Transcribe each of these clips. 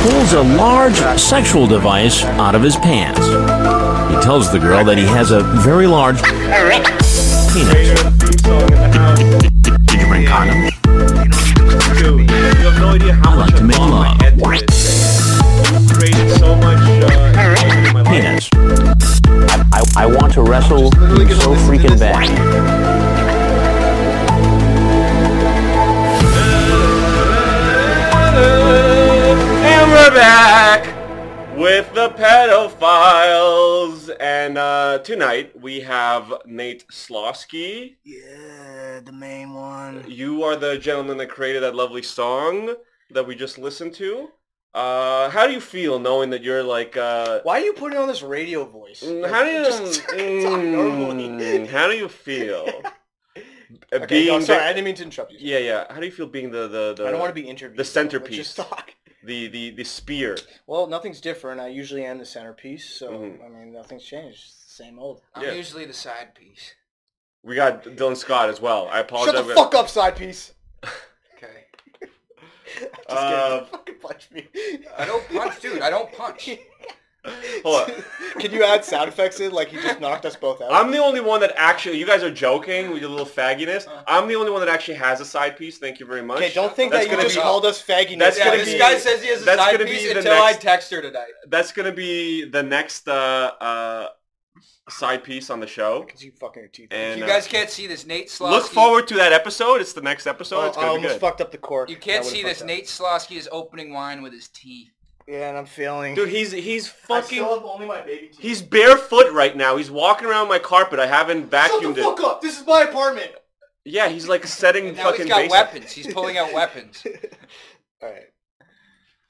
pulls a large sexual device out of his pants. He tells the girl that he has a very large penis. Did you bring condoms? Dude, you have no idea how like much to I make lost my love. head to this thing. You created so much uh, emotion in my life. Penis. I, I want to wrestle literally gonna so listen to freaking this bad. And we're back with the pedophiles. And uh, tonight we have Nate Slosky. Yeah, Uh, the main one. You are the gentleman that created that lovely song that we just listened to. Uh, how do you feel knowing that you're like uh, Why are you putting on this radio voice? Mm, How do you Just talk normally. mm, How do you feel? B- Okay, no, the- sorry, I didn't mean to interrupt you. yeah, yeah. How do you feel being the the the I don't want to be interviewed. the Let's centerpiece. Just talk. the the the spear? Well, nothing's different. I usually am the centerpiece, so Mhm. I mean, nothing's changed. It's the Same old. I'm Yeah. usually the side piece. We got Dylan Scott as well. I apologize. Shut the fuck up, side piece. Okay. Just Uh, kidding. Fucking punch me. I don't punch, dude. I don't punch. Hold on. Can you add sound effects in? Like he just knocked us both out. I'm the only one that actually. You guys are joking with your little fagginess. I'm the only one that actually has a side piece. Thank you very much. Uh-huh. okay, don't think That's that you gonna just be- called us faggy. That's yeah, gonna this be- guy says he has a that's side gonna be piece the until I next- text her tonight. That's gonna be the next uh, uh, side piece on the show. Because you fucking your teeth. And You uh, guys can't see this Nate Slosky. look forward to that episode. It's the next episode. Oh, it's I gonna be almost good. fucked up the cork. You That can't would've see fucked this. up. Nate Slosky is opening wine with his teeth. Yeah, and I'm failing. Dude, he's he's fucking. have only my baby teeth. He's barefoot right now. He's walking around my carpet. I haven't Shut the vacuumed it. fuck up! This is my apartment. Yeah, he's like setting And now fucking he's got bases. weapons. He's pulling out weapons. All right.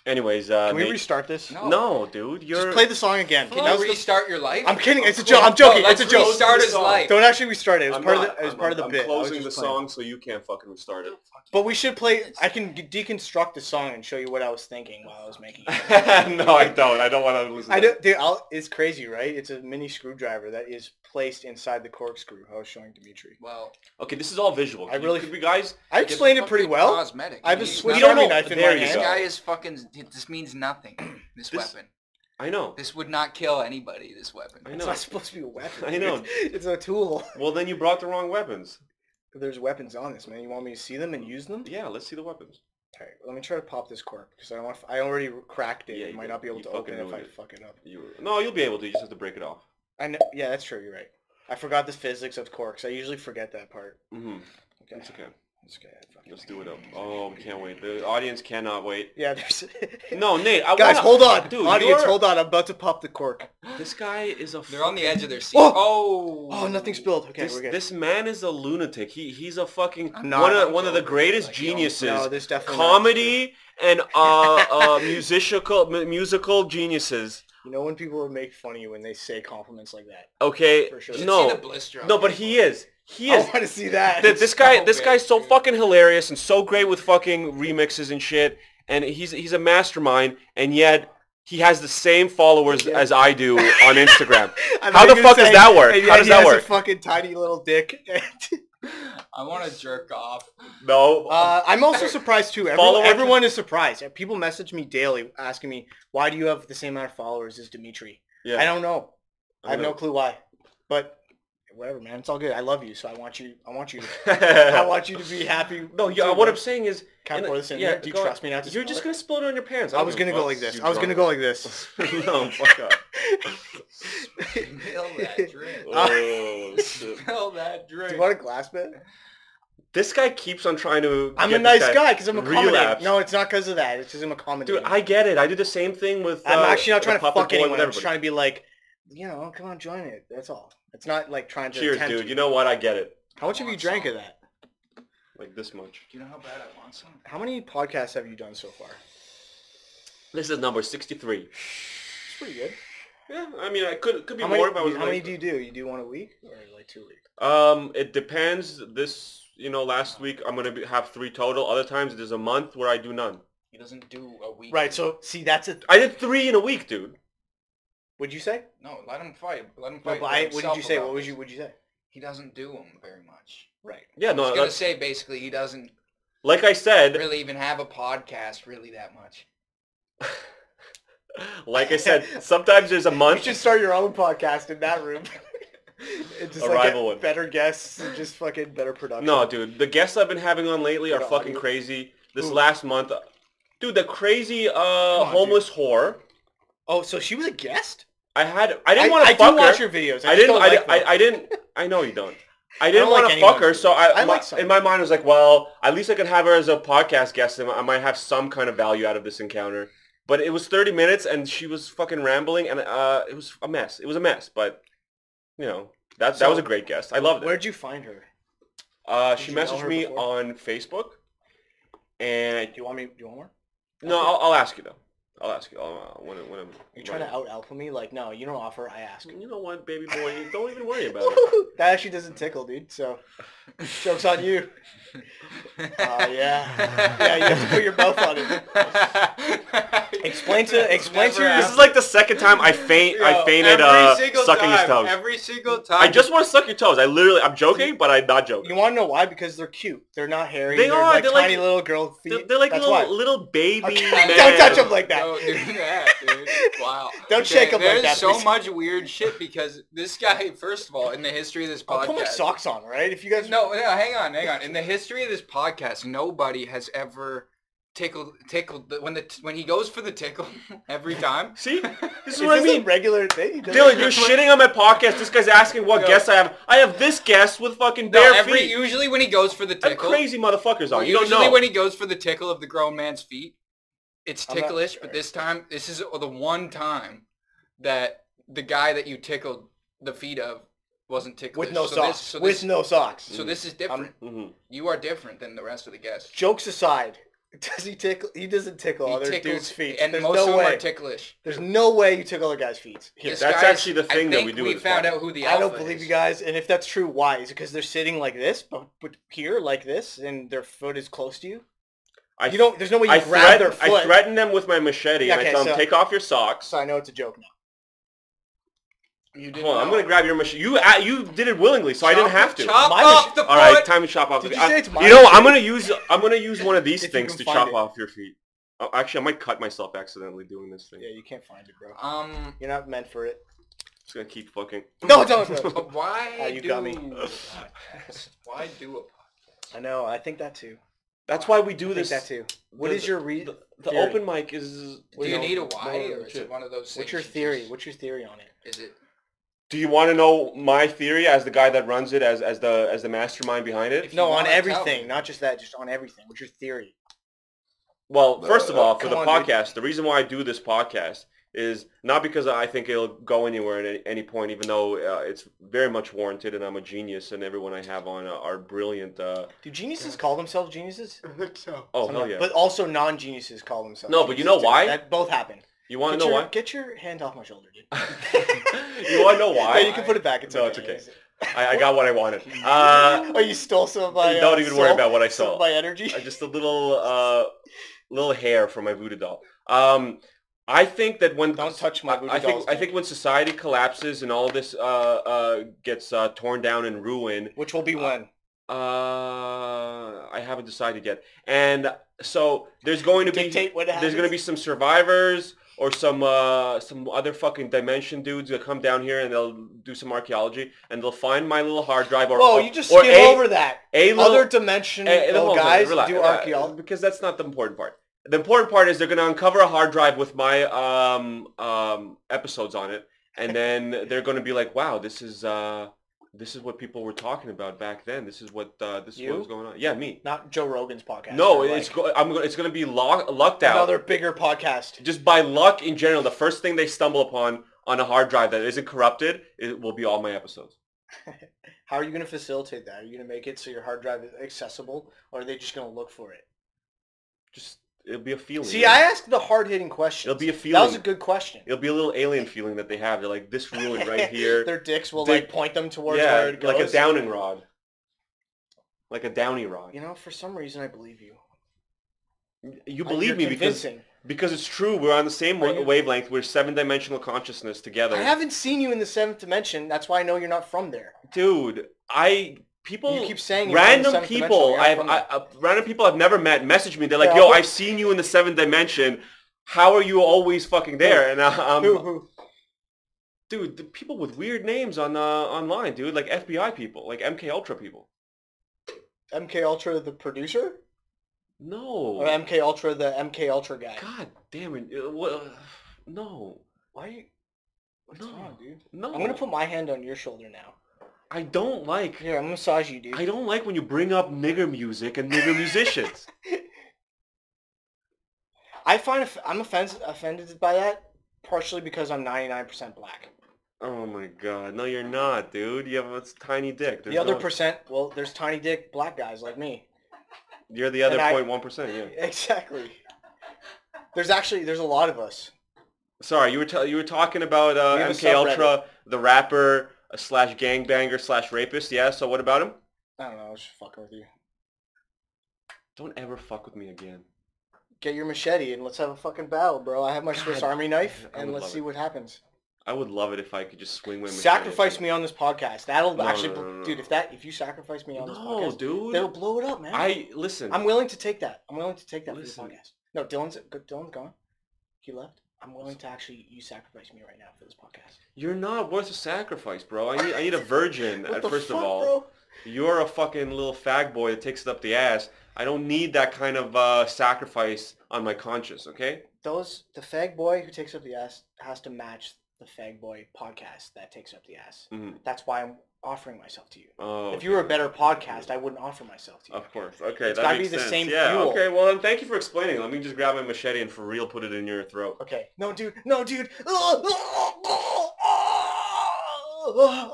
Anyways, uh, Can we Nate- restart this? No. no, dude, you're Just play the song again. Okay, Can that you was the- restart your life? Oh, I'm kidding. It's a joke. I'm joking. it's a joke. Restart his life. Don't actually restart it. It was I'm part not. of the. It was I'm- part of the I'm bit. I was closing the just playing. song so you can't fucking restart it. But we should play. I can g- deconstruct the song and show you what I was thinking while I was making it. no, I don't. I don't want to listen. I to do, dude, I'll, it's crazy, right? It's a mini screwdriver that is placed inside the corkscrew. I was showing Dimitri. Well, that. Okay, this is all visual. I Can you- really- could we guys. I explained it pretty fucking well. Cosmetic. I have a He's Swiss We don't not- Army know- knife in there my you This go. hand. guy is fucking. This means nothing. This, This- weapon. I know. This would not kill anybody. This weapon. I It's know. not supposed to be a weapon. I know. dude. It's a tool. Well, then you brought the wrong weapons. There's weapons on this, man. You want me to see them and use them? Yeah, let's see the weapons. All right, let me try to pop this cork because I don't want. I already cracked it. Yeah, you you might did. not be able You to open fucking it if I ruined it. fuck it up. You no, you'll be able to. You just have to break it off. I know. Yeah, that's true. You're right. I forgot the physics of corks. I usually forget that part. Mm-hmm. Okay. It's okay. It's okay. Fucking- Let's do it up. Oh, we can't wait. The audience cannot wait. Yeah. There's... No, Nate. I Guys, wanna- hold on. dude. Audience, you're- hold on. I'm about to pop the cork. This guy is a. They're on the edge of their seat. Oh! Oh. Oh, nothing spilled. Okay, this, we're good. this man is a lunatic. He he's a fucking I'm not- one of I'm one of the joking. greatest Like, yo, geniuses. no, there's definitely not. comedy and uh, uh musical m- musical geniuses. You know when people make fun of you when they say compliments like that? Okay, For sure. You should See the no, blister on no, but his he is. He I is. want to see that. Th- this guy, so this guy's so big, dude. fucking hilarious and so great with fucking remixes and shit. And he's he's a mastermind, and yet he has the same followers Yeah. as I do on Instagram. I thought How you the were fuck does saying- that work? and How yet does he that has work? A fucking tiny little dick. I want to jerk off. No, Uh, I'm also surprised too. Everyone, Follower- everyone is surprised. People message me daily asking me, "Why do you have the same amount of followers as Dimitri?" yeah, I don't know. I have know. no clue why. But whatever, man. It's all good. I love you, so I want you. I want you. I no, want you to be happy. yeah. too, What man. I'm saying is, Can I and- pour this in yeah, here? Do you go- trust me not to? You're smell just it? gonna spill it on your pants. I was gonna go like this. I was gonna go like this. like. no, fuck up. Smell that drink. Oh, shit. Smell that Do drink. you want a glass bit? This guy keeps on trying to. I'm get a this nice guy because I'm accommodating. relapse. No, it's not because of that. It's because I'm accommodating. dude, I get it. I do the same thing with. I'm uh, actually not the trying to Puppet fuck Boy anyone. with I'm just everybody. trying to be like, you know, come on, join it. That's all. It's not like trying to. Cheers, tempt dude. You know what? I get it. How much have you drank of that? Like this much. Do you know how bad I want some? How many podcasts have you done so far? This is number sixty-three. It's pretty good. Yeah, I mean, I could could be How more many, if I was. how many like- do you do? You do one a week or like two a week? Um, it depends. This, you know, last week I'm gonna be, have three total. Other times there's a month where I do none. He doesn't do a week. Right. So see, that's a. I did three in a week, dude. Would you say? No, let him fight. Let him No, but fight. by I, what did himself you say? about What would this. you? Would you say? He doesn't do them very much. Right. Yeah, I was no. gonna Like, say basically he doesn't like I said, really even have a podcast really that much. Like I said, sometimes there's a You month. should start your own podcast in that room. it's just A like rival get one. better guests, and just fucking better production. No, dude, the guests I've been having on lately are Got fucking audio? crazy. This Who? last month, dude, the crazy uh, dude. homeless whore. Oh, so she was a guest? I had. I didn't want I to fuck do watch her. your videos. I, just I didn't. don't I, like I, them. I didn't. I know you don't. I didn't don't want like to anyone fuck her, who- so I, I my- like some. in my mind I was like, well, at least I could have her as a podcast guest, and I might have some kind of value out of this encounter. But it was 30 minutes, and she was fucking rambling, and uh, it was a mess. It was a mess, but you know that that So- was a great guest. I loved it. Where'd you find her? Uh, did she you know messaged her me before? on Facebook, and Do you want me? Do you want more? no, I'll, I'll ask you though. I'll ask you. I'll, uh, when, when I'm You're trying to out alpha me? Like, no, you don't offer. I ask. You know what, baby boy? You Don't even worry about it. that actually doesn't tickle, dude. So, jokes on you. Uh, yeah, yeah. You have to put your mouth on it. Explain to explain to Never your. This is like the second time I faint. I Yo, fainted every uh, single sucking his time, toes. Every single time. I just want to suck your toes. I literally, I'm joking, but I'm not joking. You want to know why? Because they're cute. They're not hairy. They They are are, Like they're like- tiny little girl feet. They're, they're like That's little why. little baby. Okay, men. Don't touch them like that. Don't do that, dude. Wow. Don't shake him like There's that, so please. much weird shit because this guy, first of all, in the history of this I'll podcast, put my socks Oh, on, right? If you guys No, no, hang on, hang on. In the history of this podcast, nobody has ever tickled tickled the- when the when he goes for the tickle every time. See, this is is what I this a mean. regular thing? He does Dylan, it- you're shitting on my podcast. This guy's asking what Yo. guests I have. I have this guest with fucking No, bare every feet. usually when he goes for the I'm tickle, crazy motherfuckers on. You don't usually know. when he goes for the tickle of the grown man's feet, it's I'm not ticklish. sure. But this time, this is the one time that the guy that you tickled the feet of wasn't ticklish. with no so socks. This, so with this, Mm. no socks. So this is different. Mhm. you are different than the rest of the guests. Jokes aside, does he tickle? He doesn't tickle He other tickles- dudes' feet. and There's most no of them way. are ticklish. There's no way you tickle other guys' feet. Here. This That's guy is- actually the I thing that think we do We in this found podcast. out who the I don't alpha believe is. you guys, and if that's true, why? Is it because they're sitting like this, but, but here like this, and their foot is close to you? I You don't. There's no way you I grab their threaten, foot. I threaten them with my machete and I Okay, tell them, so- take off your socks. So I know it's a joke now. You didn't Hold on, I'm know. gonna grab your machete. You uh, you did it willingly, so I didn't Chop- have to. Chop My off mach- the foot. All right, time to chop off. Did the- you say it's I, my you know, machete? I'm gonna use I'm gonna use one of these If you things can to find chop it. off your feet. Oh, actually, I might cut myself accidentally doing this thing. Yeah, you can't find it, bro. Um, You're not meant for it. Just gonna keep fucking. No, don't. don't. but why Ah, you do got me. Why do a I know. I think that too. That's why we do I think this. that too. What is your re- The, the theory? open mic is. Do you know, need a why, more or is legit. it one of those? What's things your you theory? just- What's your theory on it? Is it Do you want to know my theory as the guy that runs it, as as the as the mastermind behind it? If you No, on wanna tell me. everything, not just that, just on everything. What's your theory? Well, first of all, for uh, Come the on, dude. podcast, the reason why I do this podcast is not because I think it'll go anywhere at any, any point, even though uh, it's very much warranted, and I'm a genius, and everyone I have on uh, are brilliant. Uh, Do geniuses call themselves geniuses? I think so. oh hell Sometimes. yeah! But also non-geniuses call themselves. No, but you geniuses, know too. why? That both happen. you want get to know your, why? Get your hand off my shoulder, dude. you want to know why? No, you can put it back. It's No, okay. it's okay. I, I got what I wanted. Uh, oh, you stole some of my. uh, Don't even worry soul? about what I Some of stole. my energy. just a little uh, little hair from my voodoo doll. Um, I think that when Don't touch my voodoo I think dolls, I dude. think when society collapses and all this uh, uh, gets uh, torn down and ruined, Which will be when? Uh, I haven't decided yet. And so there's going to be Dictate what there's happens? going to be some survivors or some uh, some other fucking dimension dudes that come down here and they'll do some archaeology and they'll find my little hard drive or Whoa, or- you just or skip a- over that. a little- Other a- a- dimensional hold on, guys relax, Uh, do relax, archaeology. because that's not the important part. The important part is they're going to uncover a hard drive with my um, um, episodes on it, and then they're going to be like, "Wow, this is uh, this is what people were talking about back then. This is what uh, this is You? what was going on." Yeah, me. Not Joe Rogan's podcast. No, but, like, it's go- I'm go- it's going to be lock- lucked out. another bigger podcast. Just by luck in general, the first thing they stumble upon on a hard drive that isn't corrupted, it will be all my episodes. How are you going to facilitate that? Are you going to make it so your hard drive is accessible, or are they just going to look for it? Just it'll be a feeling. See, I asked the hard hitting question. It'll be a That was feeling. a good question. it'll be a little alien feeling that they have. They're like this ruin right here. Their dicks will Dick- like point them towards where yeah, it goes. like a downing rod, like a downy rod. You know, for some reason, I believe you. You I- believe you're me because convincing. because it's true. We're on the same wa- you- wavelength. We're seven dimensional consciousness together, I haven't seen you in the seventh dimension. That's why I know you're not from there. dude. I. People You keep saying you're from the random seventh dimension, people you're not I've from I, there. uh, random people I've never met message me. They're like, Yeah, "Yo, but- I've seen you in the seventh dimension. how are you always fucking there? And I, um, Who, I'm, who? dude, the people with weird names on uh, online, dude, like FBI people, like MK Ultra people. MK Ultra, the producer, No. or MK Ultra, the MK Ultra guy. God damn it. Uh, wha- No. Why? Are you, what's No. wrong, dude? No. I'm gonna put my hand on your shoulder now. I don't like. Here, I'm gonna massage you, dude. I don't like when you bring up nigger music and nigger musicians. I find off- I'm offended offended by that partially because I'm 99% black. Oh my god. No, you're not, dude. You have a tiny dick. There's the other no- percent, well, there's tiny dick black guys like me. You're the other and I- 0.1%, yeah. Exactly. There's actually there's a lot of us. Sorry, you were tell you were talking about uh, We have a MK Ultra, the rapper uh, slash gangbanger slash rapist. Yeah. So what about him? I don't know. I was just fucking with you. Don't ever fuck with me again. Get your machete and let's have a fucking battle, bro. I have my Swiss God, Army knife, I and would let's love see it. what happens. I would love it if I could just swing my machete at Sacrifice you. me on this podcast. That'll No, actually, no, no, no, dude. no. If that, if you sacrifice me on this No, podcast, dude. they'll blow it up, man. I listen. I'm willing to take that. I'm willing to take that Listen. for the podcast. No, Dylan's good. Dylan's gone. He left. I'm willing to actually you sacrifice me right now for this podcast. You're not worth a sacrifice, bro. I need I need a virgin. What at the uh, first fuck, of all, bro? you're a fucking little fag boy that takes it up the ass. I don't need that kind of uh, sacrifice on my conscience. Okay. those the fag boy who takes up the ass has to match the fag boy podcast that takes up the ass. Mhm. That's why I'm offering myself to you. Oh. If you were a better podcast, I wouldn't offer myself to you. Of course. Okay. that gotta be makes the sense. same Yeah. fuel. Okay. Well, then thank you for explaining. Let me just grab my machete and for real put it in your throat. Okay. No, dude. No, dude.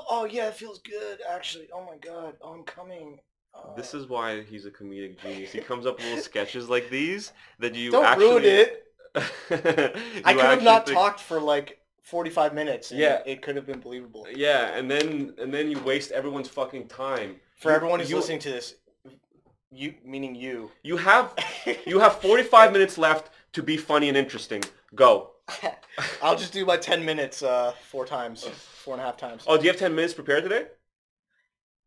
Oh yeah, it feels good actually. Oh my god. Oh, I'm coming. Oh. This is why he's a comedic genius. He comes up with little sketches like these that you Don't actually. ruin it. it. I could have not talked for like 45 minutes. And Yeah. It could have been believable Yeah, and then and then you waste everyone's fucking time. for You- everyone who's you- listening to this. You meaning you. You have you have 45 minutes left to be funny and interesting. Go. I'll just do my 10 minutes uh, four times, four and a half times. Oh, do you have 10 minutes prepared today?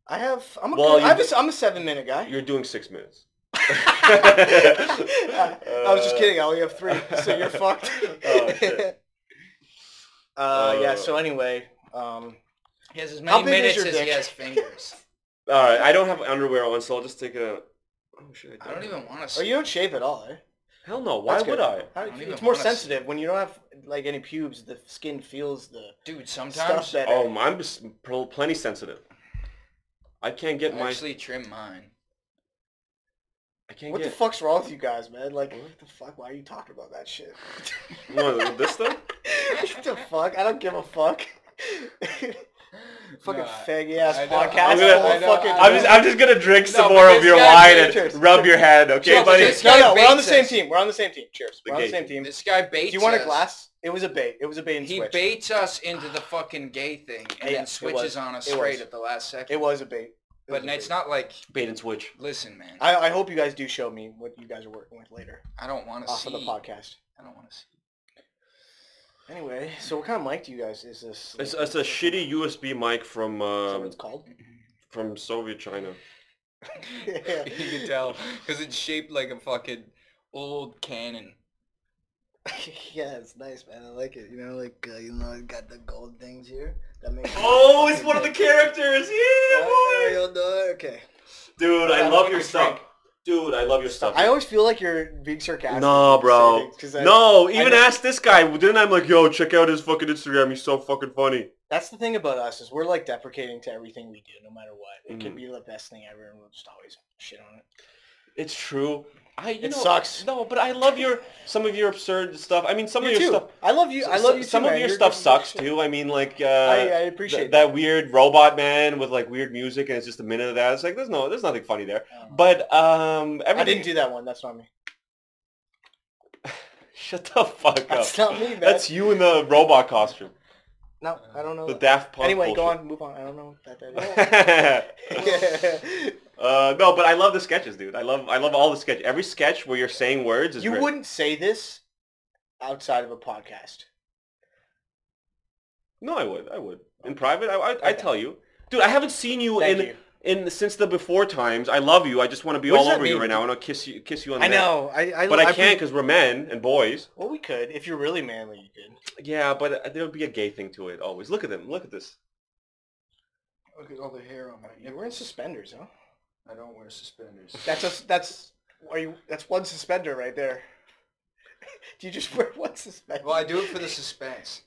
I have, I'm a, Well, good, you I have a did- s- I'm a seven minute guy. You're doing six minutes. I I was just kidding. I only have three, so you're fucked. Oh, shit. uh, yeah, Uh, so anyway, um, He has as How many big is minutes your as he dick? has fingers. All right, Uh, I don't have underwear on, so I'll just take a. Oh shit! I don't even want to oh, see. you don't shave at all, eh? Hell no! Why That's good. would I? How- don't even it's more wanna see. sensitive. When you don't have, like, any pubes, the skin feels the Dude, stuff sometimes better. Oh, I'm just pl- plenty sensitive. I can't get I my. actually trim mine. I can't what get. the fuck's wrong with you guys, man? Like, what the fuck? Why are you talking about that shit? What, with this stuff? what the fuck? I don't give a fuck. fucking Nah, faggy ass I know, podcast. I'm gonna- full I of know, fucking- I I'm just, I'm just gonna drink some but more of this your guy wine did it. and rub your head, okay, No, but buddy? this- no, no, we're Bates on the same us. team. We're on the same team. Cheers. We're on the Okay. same team. Do This guy baits. you want a us. glass? It was a bait. It was a bait and He switch. baits us into the fucking gay thing and Yeah, then it switches was. on us It straight was. at the last second. It was a bait. It was but a it's bait. not like, Bait and switch. listen, man, I, I, I hope you guys do show me what you guys are working with later don't want to off see. of the podcast. I don't want to see. Anyway, so what kind of mic do you guys is this? It's, it's a shitty USB mic from Is that um, what it's called? from Soviet China. you can tell because it's shaped like a fucking old cannon. yeah, it's nice, man. I like it. You know, like uh, you know, it's got the gold things here. That makes Oh, it's one of the characters! Yeah, Oh, boy! you'll know it. Okay. Dude, I I love like your to stuff. drink. Dude, I love your stuff. I always feel like you're being sarcastic. no, bro. 'cause I- No, even know- ask this guy. Didn't I'm like, yo, check out his fucking Instagram. He's so fucking funny. That's the thing about us is we're like deprecating to everything we do, no matter what. It Mhm. could be the best thing ever, and we'll just always shit on it. It's true. I, you It know, sucks. No, but I love your some of your absurd stuff. I mean, some of your stuff. I love you. I So- love you. Some too, of man. your You're stuff good- sucks too. I mean, like uh, I, I appreciate th- that weird robot man with like weird music, and it's just a minute of that. It's like there's no, there's nothing funny there. Um, But um, I everything. didn't do that one. That's not me. Shut the fuck That's up. not me, man. That's you in the robot costume, no, I don't know. Uh, the that. Daft Punk. Oh. Anyway, go bullshit. on. Move on. I don't know what that, that uh, is. no, but I love the sketches, dude. I love, I love all the sketch. Every sketch where you're saying words is you great. wouldn't say this outside of a podcast. No, I would, I would. In private, I, I, I Okay. tell you, dude. I haven't seen you Thank in. you. in the, since the before times. I love you. I just want to be What does all that over you mean? right now. I want to kiss you, kiss you on I the neck. know. I, I But I, I can't because we're men and boys. Well, we could if you're really manly, you could. Yeah, but uh, there would be a gay thing to it always. Look at them. Look at this. Look at all the hair on my You're wearing suspenders, huh? I don't wear suspenders. That's a, that's are you? That's one suspender right there. Do you just wear one suspender? Well, I do it for the suspense.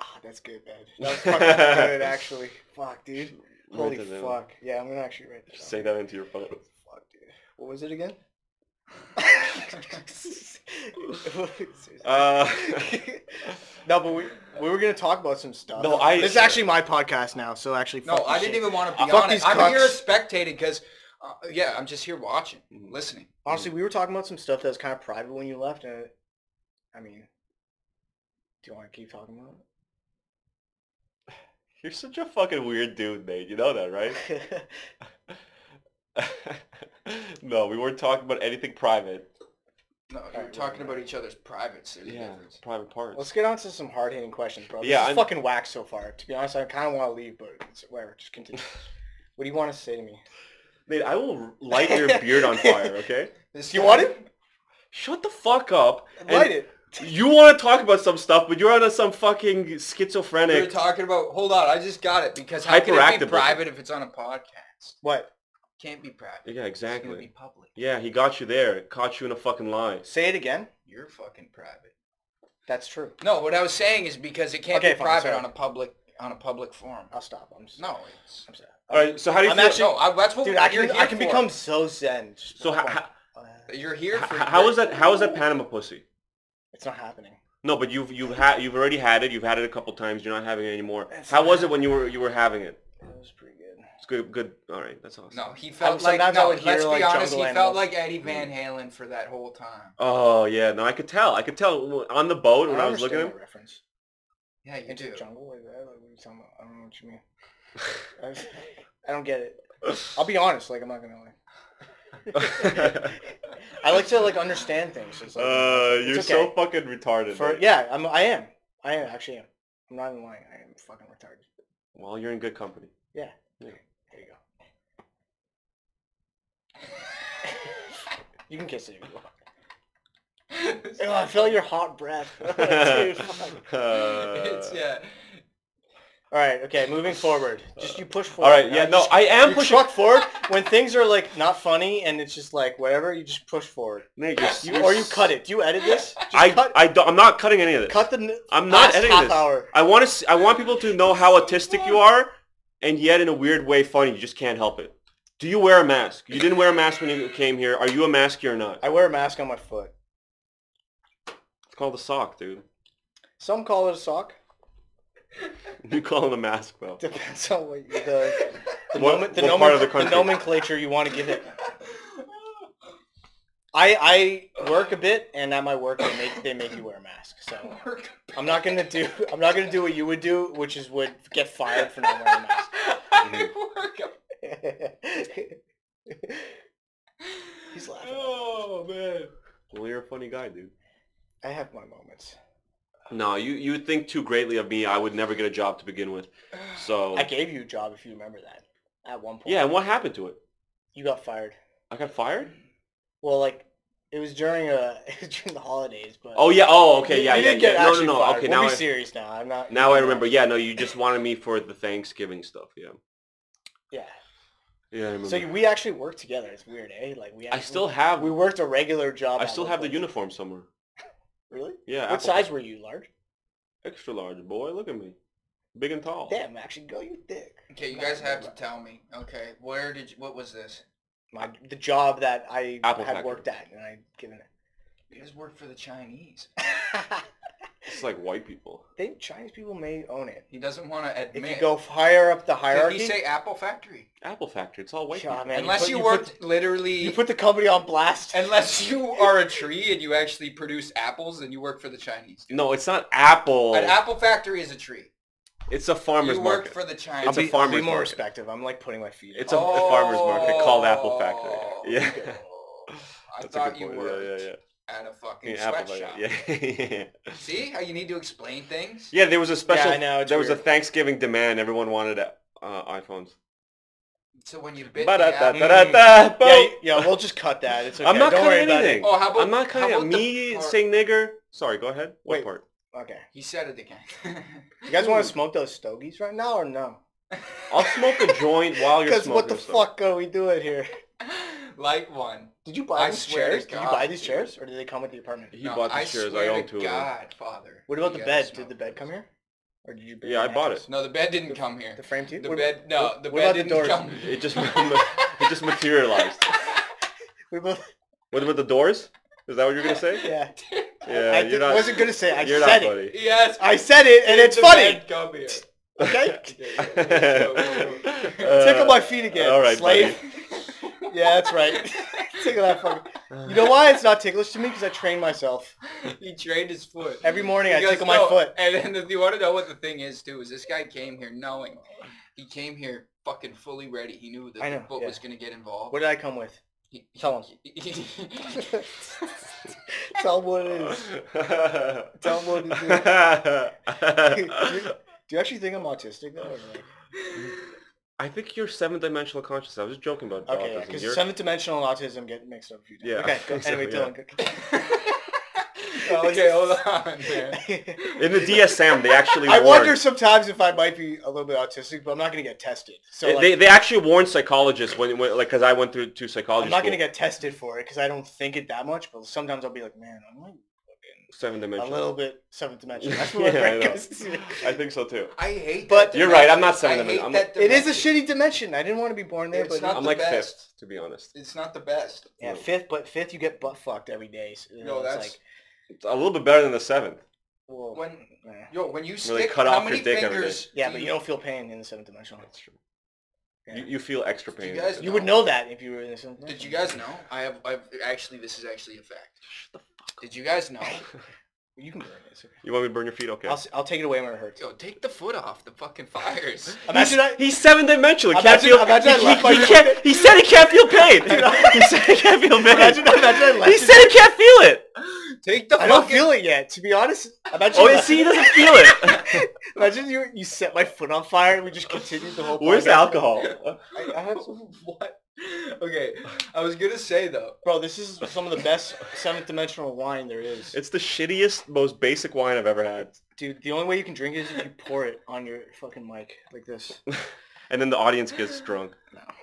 Ah, that's good, man. That was fucking good, actually. Fuck, dude. Write Holy that down. fuck. Yeah, I'm gonna actually write this. Say that into your phone. Fuck, dude. What was it again? Uh, no, but we we were gonna talk about some stuff. No, I- This is actually my podcast now, so actually. No, fuck I this didn't shit. even want to be Fuck on it. these I'm here cocks. spectating because, uh, yeah, I'm just here watching, listening. Honestly, we were talking about some stuff that was kind of private when you left, and it- I mean, do you want to keep talking about you're such a fucking weird dude, Nate. You know that, right? it? no, we weren't talking about anything private. No, you're talking about each other's privates. There's a difference. private parts. Let's get on to some hard hitting questions, bro. This Yeah, is I'm- fucking whack so far. To be honest, I kind of want to leave, but it's, whatever. Just continue. what do you want to say to me? Nate, I will light your beard on fire. Okay? This You want it? Shut the fuck up. and- Light it. You want to talk about some stuff, but you're on some fucking We were schizophrenic. talking about. Hold on, I just got it because how can it Hyperactive be with private if it's on a podcast? What? Can't be private. Yeah, It's gonna exactly. be public. yeah, he got you there. Caught you in a fucking lie. Say it again. You're fucking private. That's true. No, what I was saying is because it can't Okay, be fine, private sorry. on a public on a public forum. I'll stop. I'm just, No, it's. I'm sorry. All right. So how do you I'm feel? actually- No, I, that's what Dude, we're- I you're can here I can for. become so zen. Just so fuck how, off. Uh, You're here for. Oh, how is that? How is that Panama pussy? it's not happening. No, but you've you've had you've already had it. You've had it a couple times. You're not having it anymore. How was it when you were you were having it? That was pretty good. It's good. Good. All right. That's awesome. No, he felt like. sometimes I No, would hear, let's be like, honest. He jungle felt animals. Hmm. like Eddie Van Halen for that whole time. Oh yeah. No, I could tell. I could tell on the boat when I, don't was looking understand at him. that reference. Yeah, you Into do. the jungle like that? Like, what are you talking about? I don't know what you mean. I, was- I don't get it. I'll be honest. Like I'm not gonna lie. I like to like understand things. It's like, uh, It's you're okay. so fucking retarded. For Nate. yeah, I'm. I am. I am actually am. I'm not even lying. I am fucking retarded. Well, you're in good company. Yeah. Yeah. There you go. you can kiss it if you want. Oh, I feel your hot breath. Dude, fuck. Uh, Uh. it's yeah. All right. Okay. Moving forward. Just you push All forward. right. Yeah. you No, just- I am you pushing. truck forward when things are like not funny and it's just like whatever. You just push forward, Nate, you're- you, or you cut it. Do you edit this? Just I, cut, I don't, I'm not cutting any of this. cut the. n- I'm not past editing half this. Hour. I want to. I want people to know how autistic you are, and yet in a weird way funny. You just can't help it. Do you wear a mask? You didn't wear a mask when you came here. Are you a masky or not? I wear a mask on my foot. It's called a sock, dude. Some call it a sock. You call it a mask, bro. Depends on what you, the the, What- nomen- the, what nomen- part of the the country? nomenclature you want to give it. I I work a bit, and at my work they make they make you wear a mask. So I'm not gonna do I'm not gonna do what you would do, which is would get fired for not wearing a mask. I Hmm. work a He's laughing. Oh man. Well, you're a funny guy, dude. I have my moments. No, you you would think too greatly of me. I would never get a job to begin with. So I gave you a job if you remember that. At one point, yeah, and what happened to it? you got fired. I got fired. Well, like it was during uh it was during the holidays, but Oh yeah. Oh okay. You- Yeah. you yeah. didn't get yeah. No, no, actually no. fired. Okay. we'll now be I- serious now. I'm not. Now I remember. Yeah, no, you just wanted me for the Thanksgiving stuff. Yeah. Yeah. Yeah, I remember. So you- we actually worked together. It's weird, eh? Like we. I Actually, still have. We worked a regular job. I at still one have the point. uniform somewhere. Really? Yeah. What Apple- size were you? Large? Extra large, boy. Look at me, big and tall. Damn, actually, go you dick. Okay, you guys have to tell me. Okay, where did you, what was this? My the job that I Apple had factory. worked at, and I given You guys work for the Chinese. it. It's like white people. they Chinese people may own it. He doesn't want to If admit. you go higher up the Did hierarchy, he say Apple Factory? Apple factory. It's all white. Yeah, people. man, unless put- you, put- worked literally. you put the company on blast. unless you are a tree and you actually produce apples and you work for the Chinese. No, it's not Apple. An apple factory is a tree. it's a Oh. farmer's you work market. for the Chinese. It's a I'll be, I'll farmer's be more market. respective. I'm like putting my feet. Oh. It's up. a, a farmer's market called Apple Oh, Factory. Yeah. okay. I That's a thought good you point. worked Yeah, yeah, yeah. at a I mean, fucking Apple sweatshop. Factory. Yeah. See how you need to explain things? yeah, there was a special. I know, it's there was a weird. Thanksgiving demand. Everyone wanted uh, iPhones. So when you bit the apple, Ba-da-da-da-da, Yeah, boat. y- yeah, we'll just cut that. It's okay. I'm not Don't cutting worry about anything. it. Oh, how about- I'm not how cutting it. about the me part- saying nigger. Sorry, go ahead. What Wait. part? Okay. he said it again. You guys want to smoke those stogies right now or no? I'll smoke a joint while you're Because smoking. what the stuff. fuck are we doing here? Light one. Did you buy I these swear to chairs? Did you God, buy these dude. chairs or did they come with the apartment? He bought the chairs. I swear own to two of them. God, Father. What about You the gotta bed? smoke Did the bed those. come here? Or did you? bid Yeah, on I the bought mattress? it. No, the bed didn't come here. The frame too. The What- bed, no, what- the what bed about didn't the doors? come. It just it just materialized. We both. What about the doors? Is that what you're gonna say? Yeah. Yeah, I di- you're not. wasn't gonna say. I you're said not it. funny. Yes, I said it, and did it's the funny. bed Come here. Okay. Uh, Tickle my feet again. all right, slave. yeah, that's right. Tickle that fucking. You know why it's not ticklish to me? Because I train myself. he trained his foot. Every morning I Because, tickle my no, foot. And then the, you want to know what the thing is too is this guy came here knowing he came here fucking fully ready. He knew that I know, the foot yeah. was gonna get involved. What did I come with? He- he- Tell him. Tell them what it is. Tell them what it is. Do you actually think I'm autistic though? or no? I think you're seven-dimensional conscious. I was just joking about Okay, autism. because You're- seven-dimensional and autism get mixed up a few times. Yeah, I Okay, go, think so, anyway, yeah. Dylan. go- okay, hold on, man. In the DSM, they actually I warn. wonder sometimes if I might be a little bit autistic, but I'm not going to get tested. So They- like, they, they actually warn psychologists when, when like because I went through to psychology. I'm not school. going to get tested for it because I don't think it that much. But sometimes I'll be like, man, I'm like seven a dimensional. little bit seventh dimension. That's what my Yeah, brain I know. goes to. I think so too. I hate. But- that You're right, I'm not saying dimension. I that, hate I'm that It is a dimension. shitty dimension. I didn't want to be born there, It's but not I'm the like best. fifth, to be honest. It's not the best. yeah, fifth. But fifth, you get butt fucked every day. So, you know, No, it's that's- like, It's a little bit better than the seventh. whoa, When yeah. yo, when you stick, Really cut how off your many dick every day. fingers? yeah, do but you don't feel pain in the seventh dimensional. That's true. Yeah. You, you feel extra Do you pain. guys You would know that if you were in the seventh. Did you dimension. guys know? I have. I've actually. This is actually a fact. Did you guys know? You can burn it. it's okay. You want me to burn your feet? Okay. I'll, s- I'll take it away when it hurts. Yo, take the foot off the fucking fires. Imagine I, He's seven dimensional. He can't Imagine- feel. imagine I he, left he- my- he can't- he said he can't feel pain. he said he can't feel pain. Imagine- imagine I left he it- said he can't feel it. Take the I don't fucking. feel it yet. To be honest, imagine Oh, yeah, see, he doesn't feel it. imagine you you set my foot on fire and we just continued the whole. Where's podcast. the alcohol? I, I have some- what? Okay, I was gonna say though. bro, this is some of the best seventh dimensional wine there is, It's the shittiest, most basic wine I've ever had. dude. The only way you can drink it is if you pour it on your fucking mic like this. And then the audience gets drunk.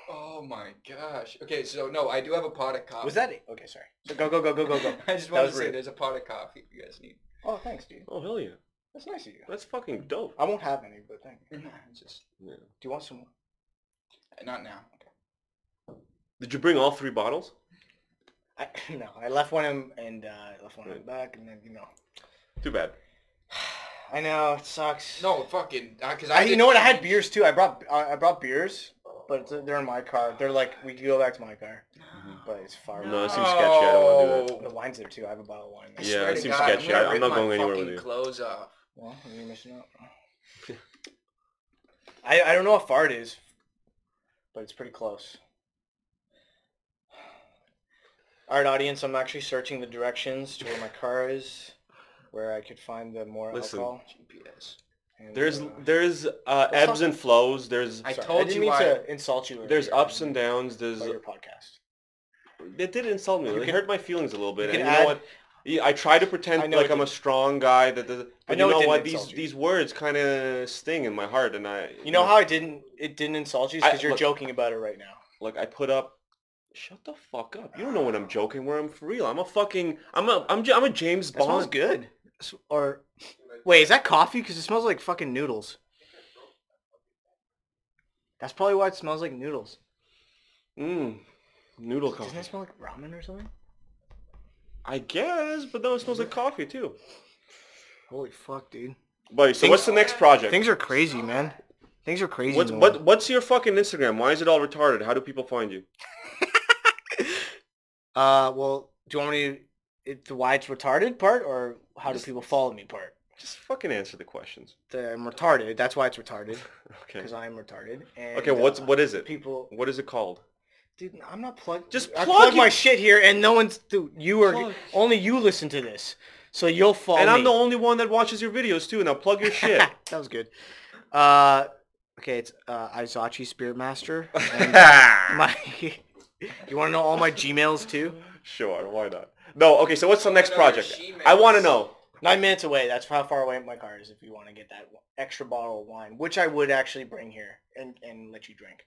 Oh my gosh. Okay, so no, I do have a pot of coffee. Was that it? Okay, sorry. So go go go go go go. I just That want was to say rude. there's a pot of coffee if you guys need. Oh, thanks, dude. Oh hell yeah, That's nice of you. that's fucking dope. I won't have any, but thank you. No, just Yeah. Do you want some? more? not now. Did you bring all three bottles? I, no, I left one in, and uh, I left one in the back, and then you know. Too bad. I know it sucks. No, fucking. Because I, I, you did- Oh. know what? I had beers too. I brought I I brought beers, but it's- they're in my car. They're like we could go back to my car, but it's far. No, away. it seems sketchy. I don't want to do No. The wine's there too. I have a bottle of wine. Oh, I There. Yeah, swear it to seems God, sketchy. I- I'm, gonna I'm rip not my going anywhere with fucking you. Clothes off. Well, you're missing out. I I don't know how far it is, but it's pretty close. All right, audience. I'm actually searching the directions to where my car is, where I could find the more Listen. alcohol. GPS. and, that. There's uh, there's uh, ebbs and flows. There's I sorry, told I didn't you mean why- to insult you. there's earlier ups and downs. There's about your podcast. it did insult me. You It can- hurt my feelings a little bit. you can and you know add- what? Yeah, I try to I pretend know like it I'm a strong guy. That does but know it you know didn't what? These insult you. these words kind of sting in my heart, and I You know how I didn't? It didn't insult you I- because you're look- joking about it right now. like I put up. Shut the fuck up! You don't know when I'm joking. Where I'm for real. I'm a fucking. I'm a. I'm. J- I'm a James That smells Bond. good. S- Or wait, is that coffee? Because it smells like fucking noodles. That's probably why it smells like noodles. Mmm. Noodle Doesn't coffee. it smell like ramen or something? I guess, but no, it smells like Mm-hmm. coffee too. Holy fuck, dude! Buddy, so Things- what's the next project? Things are crazy, man. Things are crazy. What's in the what world. what's your fucking Instagram? Why is it all retarded? How do people find you? Uh, well, do you want me to? It's the why it's retarded part, or how do people follow me part? Just fucking answer the questions. The I'm retarded. That's why it's retarded. Okay. Because I am retarded. And, Okay, what's uh, what is it? people? What is it called? Dude, I'm not plugged. Just I plug plug it. my shit here, and no one's. Dude, you are Plug. only you listen to this, so you'll follow. And I'm me. the only one that watches your videos too. Now plug your shit. that was good. Uh, Okay, it's uh, Izachi Spirit Master. And Ah, my, you want to know all my Gmails too? sure, why not? No, okay, so what's the next What are project? your I want to Gmails? know. Nine minutes away. That's how far away my car is. If you want to get that extra bottle of wine, which I would actually bring here and, and let you drink.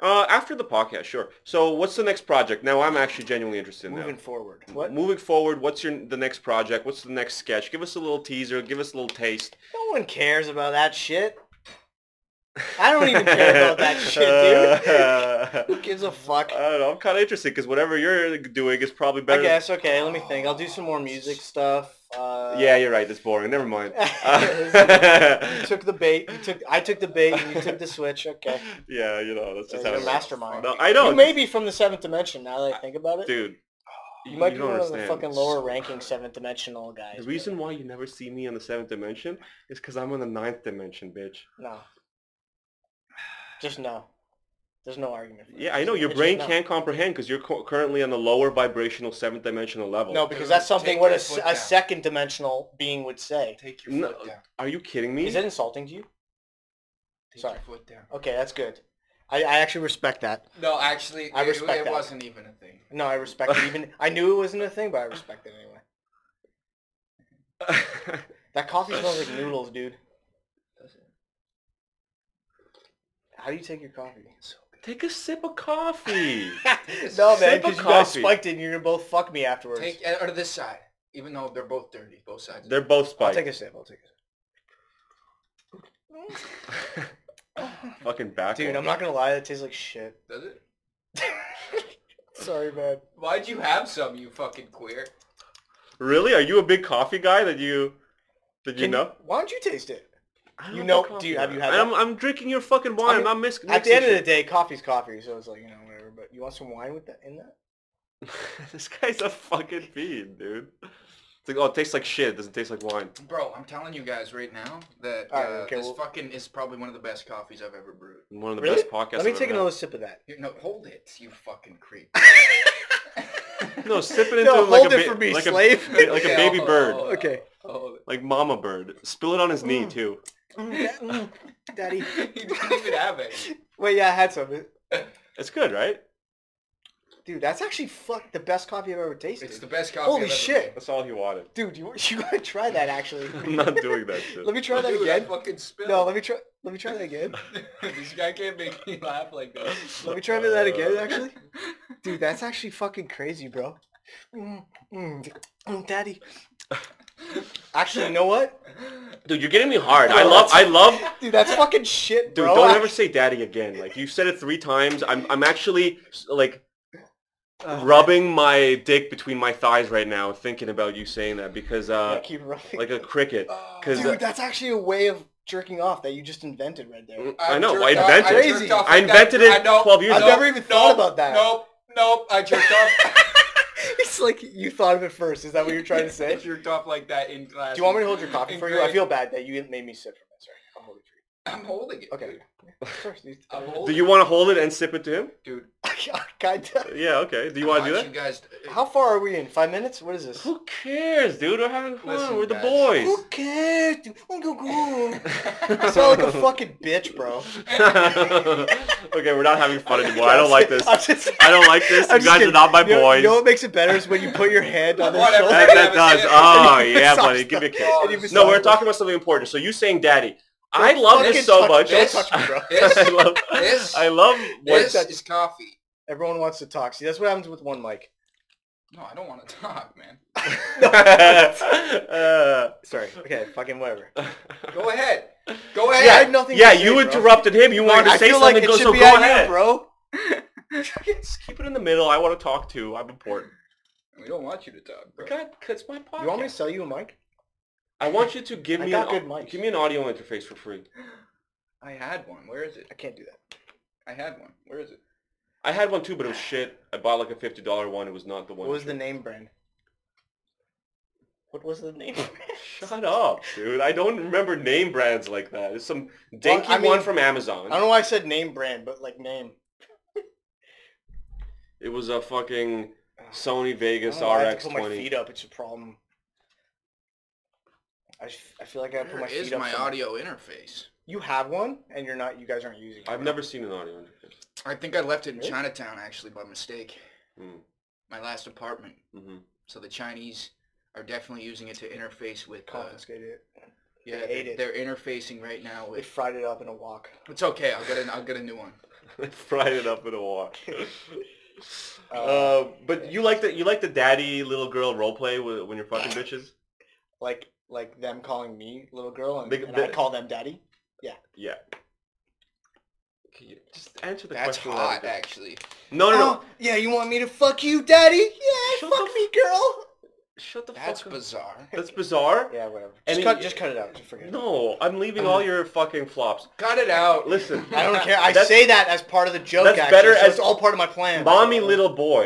Uh, after the podcast, sure. So what's the next project? Now I'm actually genuinely interested in Moving that. forward, what? Moving forward, what's your the next project? What's the next sketch? Give us a little teaser. Give us a little taste. No one cares about that shit. I don't even care about that shit, dude. Who gives a fuck? I don't know. I'm kind of interested because whatever you're doing is I probably Uh, better. guess. Okay, let me think. I'll do some more music stuff. Uh, Yeah, you're right. That's boring. Never mind. You Uh, took the bait. You took. I took the bait. and You took the switch. Okay. yeah, you know that's just You're how a it works. mastermind. No, I know, You may be from the seventh dimension. Now that I think about it, Oh, dude. you might be don't one understand. of the fucking lower ranking seventh dimensional guys. The but reason why you never see me on the seventh dimension is because I'm on the ninth dimension, bitch. No. Just no. There's no argument. for that. Yeah, I know It's your just brain no. can't comprehend because you're co- currently on the lower vibrational seventh dimensional level. No, because Dude, that's something take what a, your foot down. second dimensional being would say. Take your No, foot down. are you kidding me? Is it insulting to you? Take Sorry. your foot down. Okay, that's good. I, I actually respect that. No, actually, I it- respect it, that. wasn't even a thing. No, I respect it. Even I knew it wasn't a thing, but I respect it anyway. That coffee smells like noodles, dude. How do you take your coffee? Take a sip of coffee. no, man, Sip of because you guys coffee. spiked it and you're going to both fuck me afterwards. Take uh, or this side, even though they're both dirty, both sides. They're both I'll spiked. take a sip. I'll take a sip. Fucking back. Dude, I'm not going to lie. That tastes like shit. Does it? Sorry, man. Why'd you have some, you fucking queer? Really? Are you a big coffee guy? That you? Did you Can know? Why don't you taste it? I you love know- the coffee, do you- have man. you had And I'm, I'm drinking your fucking wine. mean, I am not mis- At the end of the day, coffee's coffee, so it's like you know whatever. But you want some wine with that in that? the day, this guy's a fucking fiend, dude. It's like, oh, it tastes like shit. It doesn't taste like wine. Bro, I'm telling you guys right now that uh, All right, okay, this well- fucking is probably one of the best coffees I've ever brewed. One of the Really? best podcasts. Let me I've take ever another sip of that. You- No, hold it, you fucking creep. had. No, sip it into No, him like hold a it for me, like slave. A, like a Yeah, baby hold- bird. hold- Okay. hold it. Like mama bird. Spill it on his knee too. Daddy. he didn't even have it. Wait, yeah, I had some. It's good, right? Dude, that's actually fuck the best coffee I've ever tasted. It's the best coffee. Holy I've ever shit, That's all he wanted. dude! You you gotta try that actually. I'm not doing that shit. let me try made. that Dude, I again. fucking spilled. No, let me try. Let me try that again. this guy can't make me laugh like this. Let me try that again, actually. Dude, that's actually fucking crazy, bro. Mm, mm, mm, daddy. Actually, you know what? Dude, you're getting me hard. I love I love Dude, that's fucking shit, Dude, bro. don't ever say daddy again. Like you said it 3 times. I'm I'm actually like rubbing my dick between my thighs right now thinking about you saying that because I uh keep rubbing. like a cricket cuz Dude, that's actually a way of jerking off that you just invented right there. I know, jerked I off- invented it. jerked Crazy. off I like that. invented it I know- 12 years I've ago. never even thought about that. Nope, nope. I jerked off. it's like you thought of it first. Is that what you're trying to say? I Do jerked off like that in class. you want me to hold your coffee In for you? I grade- feel bad that you made me sip from it. Sorry, I'll hold it for I'm holding it. you. Okay. dude. Of course, you- I'm holding. Do you want to hold it and sip it to him? it, dude? Goddamn. Yeah, okay. Do you want to do Watch that? You guys. How far are we in? Five minutes? What is this? Who cares, dude? We're having fun. Listen, We're the guys. boys. Who cares? dude? I'm gonna go. I sound like a fucking bitch, bro. okay, we're not having fun anymore. I don't like this. I'm just- I don't like this. I'm You just guys are kidding. not my You know- boys. You know what makes it better is when you put your hand on their Whatever. shoulder. that, that Have a does. sandwich. Oh And you yeah, massage buddy, them. give me a And you kiss. massage No, we're them. talking about something important. So you saying daddy? I love fucking this so touch much. me. Don't touch me, bro. This, I love. this, I love what this is coffee. Everyone wants to talk. See, that's what happens with one mic. No, I don't want to talk, man. Uh, Sorry. Okay, fucking whatever. Go ahead. Go ahead. Yeah, I have nothing. yeah, to say, you bro. interrupted him. You wanted I to say feel something. like it go, should so be go on ahead. you, bro. Just keep it in the middle. I want to talk too. I'm important. We don't want you to talk, bro. God, it's my podcast. You want me to sell you a mic? I want you to give I me got an good mics. give me an audio interface for free. I had one. Where is it? I can't do that. I had one. Where is it? I had one too, but it was shit. I bought like a fifty dollar one. It was not the one. What was the name brand? What was the name? brand? Shut up, dude. I don't remember name brands like that. It's some dinky I mean- one from Amazon. I don't know why I said name brand, but like name. It was a fucking Sony I Vegas don't know why I have RX to put my feet twenty. up. It's a problem. I, f- I feel like I gotta put Where my is feet up. my somewhere. audio interface? You have one, and you're not. You guys aren't using it. I've never seen an audio interface. I think I left it in Really? Hmm. Chinatown actually by mistake. Mm. My last apartment. Mm-hmm. So the Chinese are definitely using it to interface with. Uh, confiscated it. yeah, They ate they're, it. they're interfacing right now They with. fried it up in a wok. It's okay. I'll get a, I'll get a new one. Fried it up in a wok. Uh, Uh, but you like the you like the daddy little girl role play wi- when you're fucking bitches. like like them calling me little girl, and, They- and I they- call them daddy. Yeah. Can you just answer the That's question? hot, without- actually. No, no, no. Oh, yeah, you want me to fuck you, daddy? Yeah, Shut fuck the me, girl. Shut the That's fuck up. bizarre. That's bizarre. Yeah, whatever. And Just it- cut, just cut it out. Just forget. it. No, I'm leaving all your fucking flops. Cut it out. Listen, I don't care. I That's- say that as part of the joke. that's actually, better so as- it's all part of my plan. mommy little boy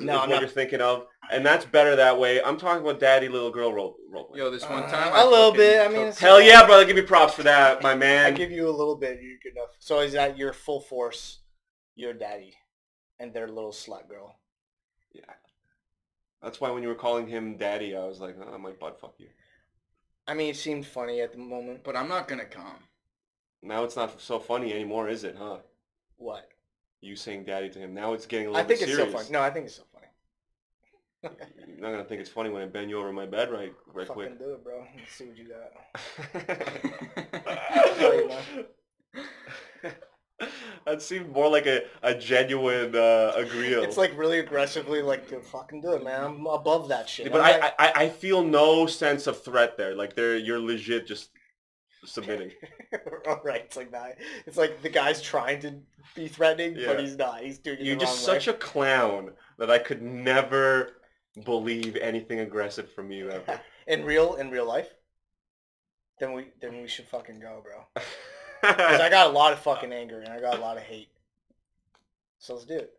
No, is I'm what not- you're thinking of, and that's better that way. I'm talking about daddy little girl role, role play. Yo, this one time. Uh, a little bit. I mean, it's- Hell yeah, brother! Give me props for that, my I man. give you a little bit. You're good enough. So is that your full force? Your daddy, and their little slut girl. That's why when you were calling him daddy, I was like, oh, my butt fuck you. I mean, it seemed funny at the moment. But I'm not gonna come. Now it's not so funny anymore, is it? Huh? What? You saying daddy to him. Now it's getting a I little think bit it's serious. so funny. No, I think it's so funny. You're not gonna think it's funny when I bend you over my bed right, right Fucking quick. do it, bro. Let's see what you got. that seemed more like a, a genuine uh, agreeal. It's like really aggressively, like, dude, fucking do it, man. I'm above that shit. but I'm I, like- I, I I feel no sense of threat there. Like they're you're legit just submitting. all right. It's like that. It's like the guy's trying to be threatening, Yeah. but he's not. He's doing it You're the just wrong such a clown that I could never believe anything aggressive from you ever. way. in real in real life. Then we then we should fucking go, bro. 'Cause I got a lot of fucking anger and I got a lot of hate. So let's do it.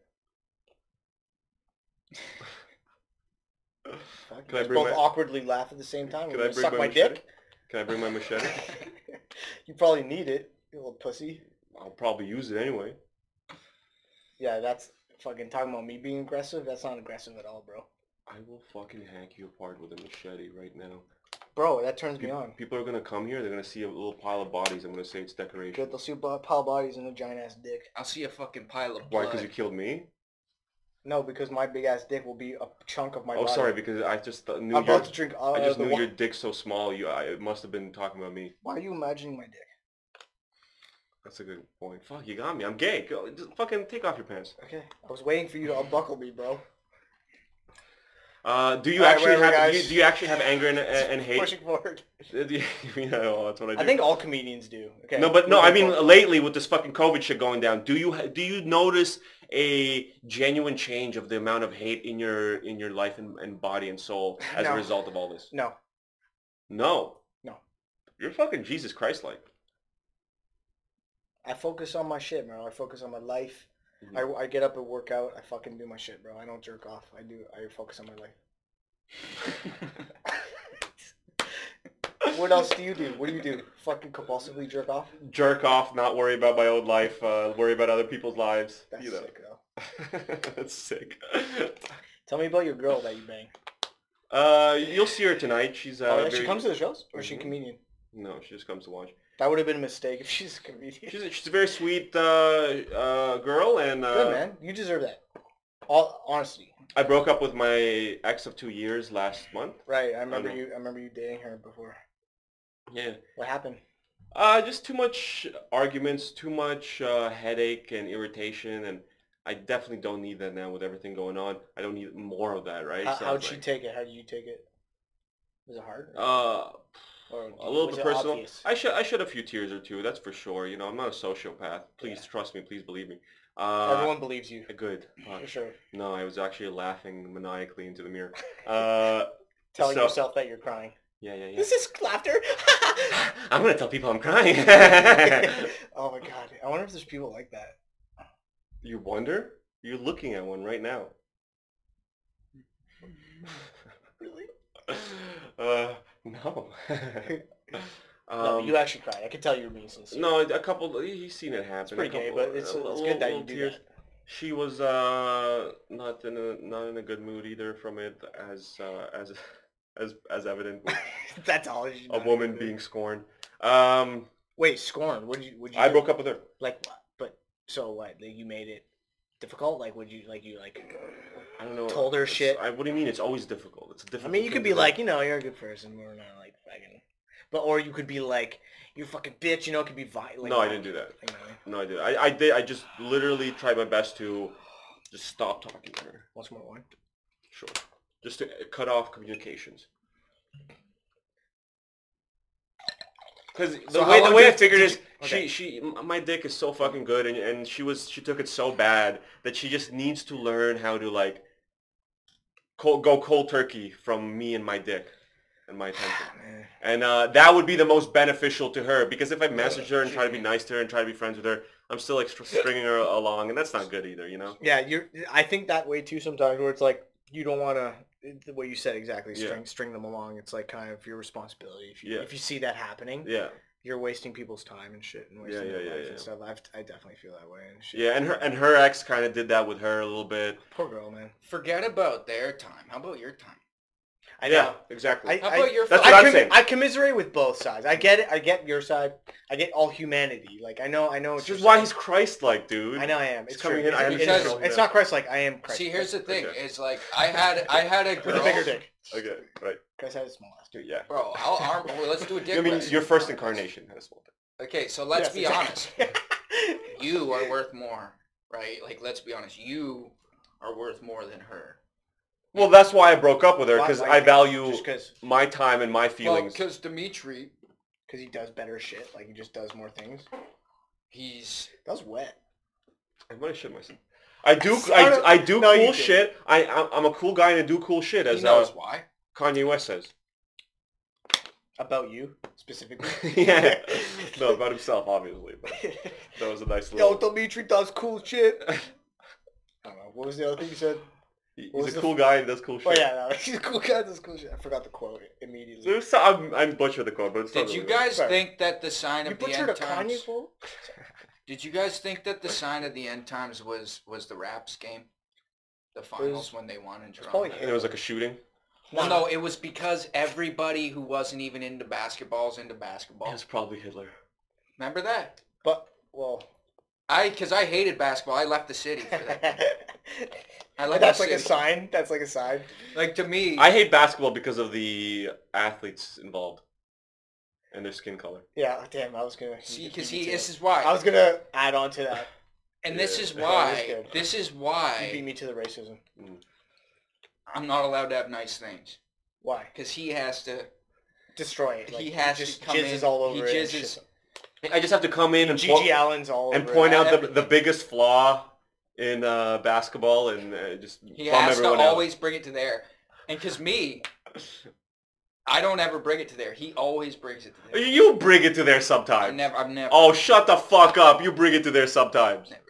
Fuck, Can I let's bring both my- awkwardly laugh at the same time. Can Can I I bring suck my my machete? dick? Can I bring my machete? you probably need it, you little pussy. I'll probably use it anyway. Yeah, that's fucking talking about me being aggressive. That's not aggressive at all, bro. I will fucking hack you apart with a machete right now. Bro, that turns Pe- me on. People are gonna come here. They're gonna see a little pile of bodies. I'm gonna say it's decoration. Good, they'll see bo- pile bodies and a giant ass dick. I'll see a fucking pile of Why? blood. Because you killed me? No, because my big ass dick will be a chunk of my oh, body. sorry. Because I just th- knew. I'm your- about to drink. Uh, I just the knew wa- your dick's so small. You, I, it must have been talking about me. Why are you imagining my dick? That's a good point. Fuck, you got me. I'm gay. Go, just fucking take off your pants. Okay, I was waiting for you to unbuckle me, bro. Uh, do you Alright, actually whatever, have? guys. Do you, do you actually have anger and, and hate? Pushing forward. yeah, well, that's what I do. I think all comedians do. Okay. No, but no, I mean Moving lately with this fucking COVID shit going down, do you ha- do you notice a genuine change of the amount of hate in your in your life and, and body and soul as a No. result of all this? forward. no, No. No. You're fucking Jesus Christ like. I focus on my shit, bro. I focus on my life. Mhm. I, I get up and work out. I fucking do my shit, bro. I don't jerk off. I do. I focus on my life. what else do you do? What do you do? Fucking compulsively jerk off? Jerk off, not worry about my own life, uh, worry about other people's lives. That's you know. sick, though. That's sick. Tell me about your girl that you bang. Uh, you'll see her tonight. She's uh, Oh, yeah, very- she comes to the shows, or is she a Mhm. comedian? No, she just comes to watch. That would have been a mistake if she's a comedian. She's a, she's a very sweet uh, uh, girl, and uh, Good man, you deserve that. All honesty, I broke up with my ex of two years last month. right? I remember know. you. I remember you dating her before. Yeah. What happened? Uh, just too much arguments, too much uh, headache and irritation, and I definitely don't need that now with everything going on. I don't need more of that, right? How, So how'd it's she like, take it? How did you take it? Was it hard? uh, Or a little was bit it personal. obvious? I shed I shed a few tears or two. That's for sure. You know, I'm not a sociopath. Please trust me. Please believe me. Uh, Everyone believes you good. Fuck. for sure. No, I was actually laughing maniacally into the mirror. Uh, Telling so- yourself that you're crying. yeah, yeah, yeah. This is laughter. I'm gonna tell people I'm crying. oh my god! I wonder if there's people like that. you wonder? You're looking at one right now. Really? Uh, no. No, um, you actually cried. I could tell you were being sincere. no, a couple. He's seen it happen. it's pretty a gay, couple- but it's, a it's little- good that you little do tears. that. She was uh, not in a not in a good mood either from it, as uh, as as as evident with That's all. you a know. woman being scorned. Um, Wait, scorn. What did you? Would you? I do? broke up with her. Like, what? but so what? Like, you made it difficult. Like, would you? Like, you like? I don't know. Told her It's- shit. I, what do you mean? It's always difficult. It's a I difficult. mean, you thing could to be do. like, you know, you're a good person. We're not like fucking. But or you could be like, you fucking bitch. You know, it could be violent. No, I didn't do that. You know, No, I did. I, I did. I just literally tried my best to just stop talking to her. once more one. Sure. Just to uh, cut off communications. Because the So how way the long way did- I figured did is you- okay. she she m- my dick is so fucking good and, and she was she took it so bad that she just needs to learn how to like cold, go cold turkey from me and my dick and my attention Eh, and uh, that would be the most beneficial to her because if I message her and try to be nice to her and try to be friends with her I'm still like str- stringing her along and that's not good either you know Yeah, you're. I think that way too sometimes, where it's like you don't want to. The way you said exactly, Yeah. string string them along. It's like kind of your responsibility. If you Yeah. if you see that happening, yeah you're wasting people's time and shit, and Yeah, wasting yeah, their yeah, lives yeah. and stuff. I've, I definitely feel that way and shit. yeah and her and her ex kind of did that with her a little bit Poor girl, man. Forget about their time. How about your time? I yeah, know. exactly. I, How I- about your That's I what I'm commi- saying. I commiserate with both sides. I get it. I get your side. I get all humanity. Like I know. I know. what Which is you're why saying. he's Christ-like, dude. I know. I am. He's It's coming true. in, I It's- understand. It's, it's not Christ. Like I am Christ. See, here's the thing: Okay. is like I had I had a with girl. a bigger dick. Okay, right. Christ had a small ass. Dude, yeah. Bro, I'll arm. Well, let's do a dick. I mean, race. your first incarnation had a small dick. Okay, so Yes, let's be honest. exactly. You are worth more, right? Like, let's be honest. You are worth more than her. Well, that's why I broke up with her, Why- because why- I value just because my time and my feelings. because Dimitri, he does better shit. Like he just does more things. he's That was wet. I'm gonna shit myself. I do, I don't- I, I do No, you cool didn't. shit. I, I'm- I'm a cool guy and I do cool shit, he as uh, knows why. Kanye West says. About you specifically. yeah. No, about himself, obviously. But that was a nice Yo, little. Dimitri does cool shit. I don't know. What was the other thing you said? he- what was He's a the- cool guy and does cool shit. Oh yeah, no, he's a cool guy. Does cool shit. I forgot the quote immediately. There's so- I'm, I'm butchered the quote, but it's not Did you really that. guys Sorry. think that the sign You of the end butchered a Kanye times? quote. Did you guys think that the sign of the end times was was the Raps game, the finals when they won in Toronto? probably And there was like a shooting. Well, no, it was because everybody who wasn't even into basketballs into basketball. It's probably Hitler. Remember that? But well, I because I hated basketball. I left the city. For that. I left Oh, that's the like a city. sign. That's like a sign. Like to me, I hate basketball because of the athletes involved and their skin color. Yeah. Damn, I was gonna. see you- because you he. beat me to This it. is why. I was gonna add on to that. and this is Yeah. Yeah, why. that's good. This is You beat why me to the racism. I'm not allowed to have nice things Why? because he has to. Destroy it. Like, he has just to come jizzes in. all over he it. and jizzes. shit. I just have to come in and Gigi Allen's all and over point it. out the, everything. the biggest flaw in uh, basketball and uh, just He bum has to everyone out. always bring it to there. And because me, I don't ever bring it to there. He always brings it to there. You bring it to there I sometimes. never. I'm never. Oh, shut the fuck up. You bring it to there sometimes. Never.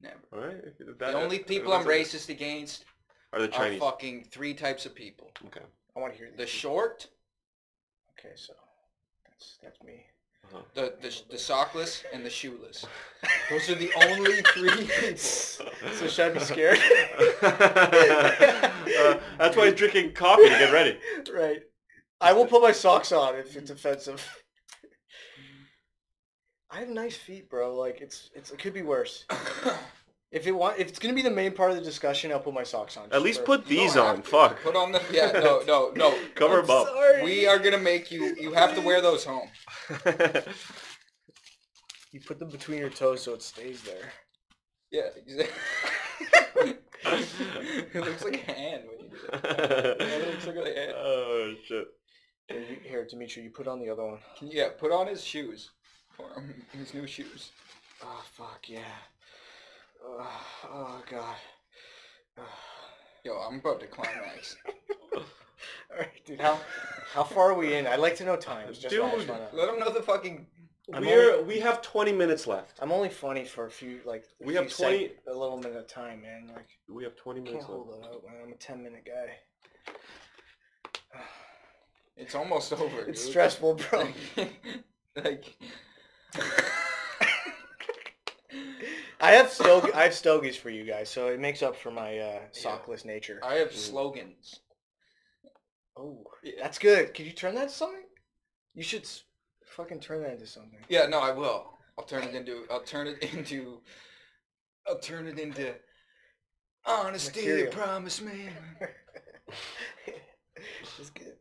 Never. All right. That- The only people I'm racist against are the are Chinese. fucking three types of people. okay. I want to hear The this. short, okay, so that's that's me. the, the, the sockless, and the shoeless. Those are the only three people. So should I be scared? Uh, that's why he's drinking coffee to get ready. right. I will put my socks on if it's offensive. I have nice feet, bro. Like it's it's it could be worse. If it want if it's gonna be the main part of the discussion, I'll put my socks on. At just least for- put these don't on. have to. Fuck. Put on the yeah no no no. Cover them up. Sorry. We are gonna make you. You have to wear those home. you put them between your toes so it stays there. Yeah. Exactly. it looks like a hand when you do that. it looks like a hand. Uh. oh shit. Here, you, here, Dimitri, you put on the other one. Can you- Yeah. Put on his shoes. For him, his new shoes. Oh fuck yeah. Oh, oh god. Yo, I'm about to climax. All right, dude. How how far are we in? I'd like to know times. Just so I Dude. can find out. Let him know the fucking. I'm We're we have 20 minutes left. I'm only funny for a few like a We have few sec- 20 a little minute of time, man. Like We have 20 can't minutes left. hold it out, man. I'm a ten minute guy. It's almost over. It's dude. stressful, bro. like. I have stog I have stogies for you guys, so it makes up for my uh, sockless nature. I have slogans. Oh, that's good. Could you turn that to something? You should. s- Fucking turn that into something. Yeah, no, I will. I'll turn it into. I'll turn it into. I'll turn it into. Honesty, Material. you promise me. It's good.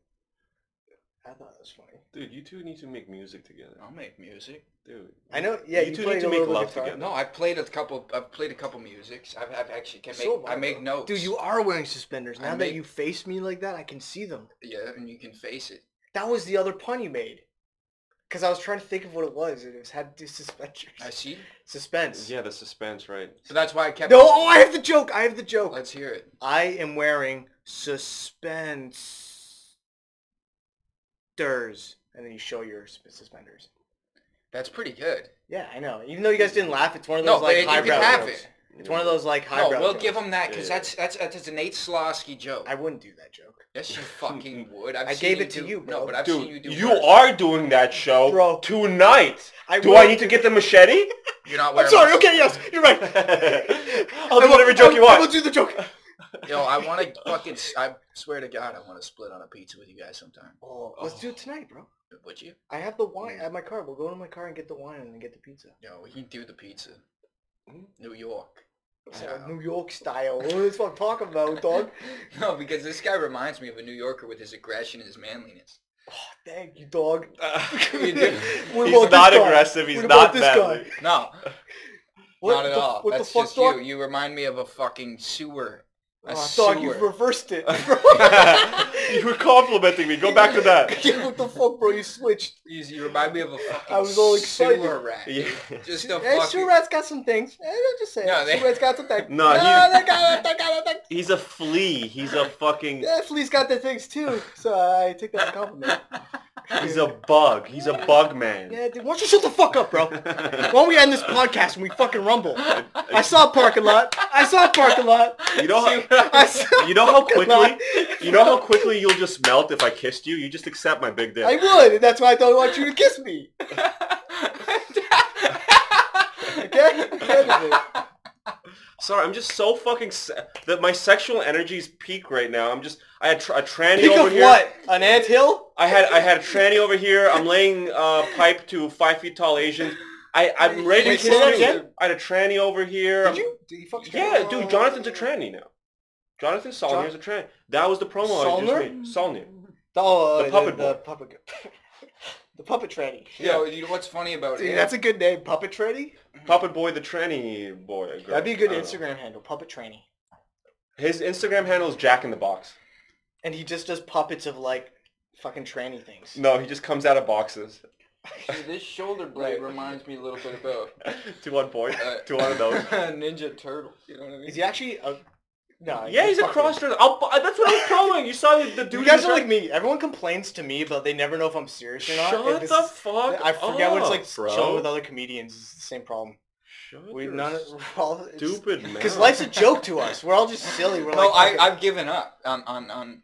I thought it was funny. Dude, you two need to make music together. I'll make music. Dude. I know. Yeah, You you, two played need to a make little love guitar. together. No, I've played a couple. I've played a couple musics. I've, I've actually can make. So am I make bro. notes. Dude, you are wearing suspenders. I Now that make- you face me like that, I can see them. Yeah, and you can face it. That was the other pun you made. Because I was trying to think of what it was, and it was had to do suspenders. I see. Suspense. Yeah, the suspense, right? So that's why I kept. No, oh, I have the joke. I have the joke. Let's hear it. I am wearing suspenders. And then you show your sp- suspenders. That's pretty good. Yeah, I know. Even though you guys didn't laugh, it's one of those No, but like it- you can highbrow have jokes. it. It's one of those like highbrow. no, we'll jokes. give him that because Yeah. that's, that's that's a Nate Slosky joke. I wouldn't do that joke, yes, you fucking would. I've I seen gave it to do- you, No, bro. but I've seen you Dude, do. you, worse. are doing that show Bro. Oh, tonight. I Do I will need to get the machete? You're not I'm wearing. sorry. a- Okay, yes, you're right. I'll do whatever joke you I will want. do the joke. Yo, I want to fucking. s- I swear to God, I want to split on a pizza with you guys sometime. Oh, let's do it tonight, bro. Would you? I have the wine at my car. We'll go to my car and get the wine and then get the pizza. No, we can do the pizza. Hmm? New York. So, Yeah. New York style. What is what I'm talking about, dog? No, because this guy reminds me of a New Yorker with his aggression and his manliness. Thank you, dog. You do. What Uh, He's about this not guy? aggressive, he's What about not this guy? manly. No, What not at the, all. What That's the fuck, just dog? you. You remind me of a fucking sewer. A Oh, sewer. dog, you reversed it. bro. you were complimenting me. Go back to that. what the fuck, bro? You switched. you, you remind me of a fucking I was all excited. sewer rat. Yeah. Just a Hey, fucking... Sue Rat's got some things. Eh, let's just say No, it. they- Sue Rat's got some things. No, no he- they got it. They got it. They... He's a flea. He's a fucking. Yeah, Flea's got the things too. So I take that as a compliment. He's a bug. He's a bug man. Yeah, dude, why don't you shut the fuck up, bro? Why don't we end this podcast and we fucking rumble? I saw a parking lot. I saw a parking lot. You know I how. saw... You know how lot. quickly. You know how quickly you'll just melt if I kissed you. You just accept my big dick. I would, and that's why I don't want you to kiss me. Okay? Get it. Sorry, I'm just so fucking se- that my sexual energy is peak right now. I'm just I had tr- a tranny Think over of here. what? An ant hill? I had I had a tranny over here. I'm laying uh, pipe to five feet tall Asians. I I'm ready to Wait, kiss say that you. again? I had a tranny over here. Did I'm- you? Did you fuck Yeah, dude, Jonathan's a tranny now. Jonathan Solnier's a tranny. That was the promo I Solnier? just made. Solnier. Oh, The puppet the, the boy. puppet. the puppet tranny. Yo, you know what's funny about Dude, it? that's a good name, puppet tranny. Puppet boy, the tranny boy. Girl. That'd be a good I don't know. Instagram handle, puppet tranny. His Instagram handle is Jack in the Box. And he just does puppets of like fucking tranny things. No, he just comes out of boxes. Dude, this shoulder blade reminds me a little bit about to one point. uh, to one of those. Ninja Turtles. You know what I mean? Is he actually a? No. Yeah, he's a fucking- cross dresser. I'll, bu- that's what I was promoting. You saw the, the dude. You in guys the are dra- like me. Everyone complains to me, but they never know if I'm serious or not. Shut If this the is- fuck I forget what it's up, like bro. chilling with other comedians. It's the same problem. Shut We your none of we're all it's- stupid man. Because life's a joke to us. We're all just silly. We're no, like, I, I've given up on on on,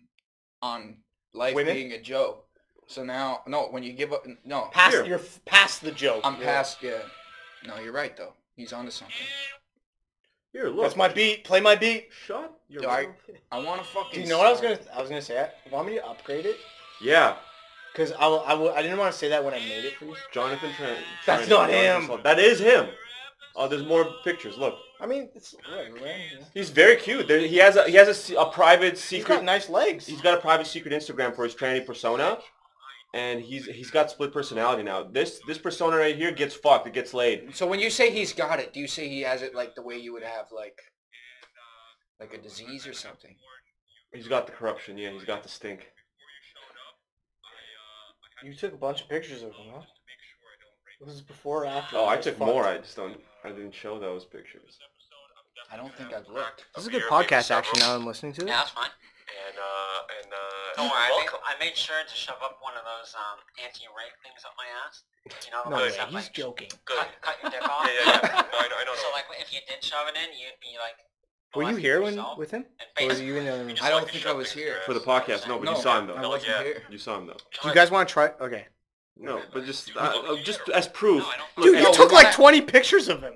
on life Women? being a joke. So now, no, when you give up, no, past Here. you're f- past the joke. I'm past. Yeah, no, you're right though. He's onto something. Here, look. That's my beat. Play my beat. Shut your Dude, I, mouth. I want to fucking. Do you know what I was start- gonna? I was gonna say that. Want me to upgrade it? Yeah, Because I, will- I, will- I didn't want to say that when I made it for you. Jonathan Trent. That's Trent- not Jonathan him. Sol- That is him. Oh, there's more pictures. Look, I mean, it's whatever. man. he's very cute. There, he has a he has a se- a, private He's secret. got nice legs. he's got a private secret Instagram for his tranny persona, and he's he's got split personality now. This this persona right here gets fucked. It gets laid. So when you say he's got it, do you say he has it like the way you would have like, like a disease or something? He's got the corruption. Yeah, he's got the stink. You took a bunch of pictures of him, huh? This is before or after. Oh, I was took fucked. more. I just don't. I didn't show those pictures. I don't think I've looked. This is a good podcast, actually. Now I'm listening to it. that's fine. And uh, and uh, Don't worry, I made, I made sure to shove up one of those um, anti-rape things up my ass. You know, the No, ones way, that, he's like, joking. cut, cut your dick off. I know, I So, like, if you did shove it in, you'd be, like, Were you molesting here when yourself. with him? And Or were basically, you in the other room? I don't think I was here. for the podcast. No, but No, you saw him though. I wasn't here. You saw him though. Do you guys want to try? Okay. No, but just uh, uh, just as proof. No, I don't- Dude, Look, you no, took we're like not- 20 pictures of him.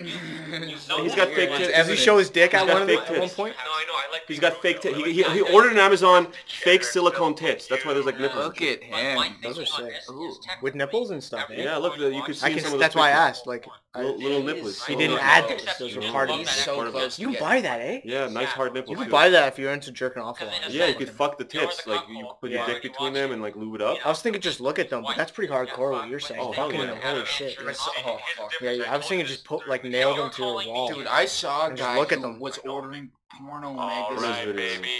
He's got pictures. Does he show his dick at got one, of big the- at one tits. point? No, I know, I like He's got fake. They're T- he, like, he, he ordered an Amazon fake silicone tits. That's why there's like nipples. Look at him. my Those thinking are on sick. this is Ooh. With technically nipples and stuff, eh? everyone Yeah, look, you can watches see I some of can, those that's why I pictures. asked. Like, I, Little, little nipples. he Oh, didn't no. add those. Except Those you are didn't hard. love nipples. that so part of it. close. You can buy that, eh? Yeah, nice hard nipples. You too. could buy that if you're into jerking off a lot. Yeah, you could fuck the tits. Like you could put your Yeah. dick between them and like lube it up. I was thinking just look at them, but that's pretty hardcore what you're saying. Oh, hell Fucking yeah. holy shit. Dude, I saw, oh, fuck. Yeah, yeah, I was thinking just put like nail them to a wall. Dude, I saw a Just guy look at who them. was ordering porno All magazines. right, video. baby, You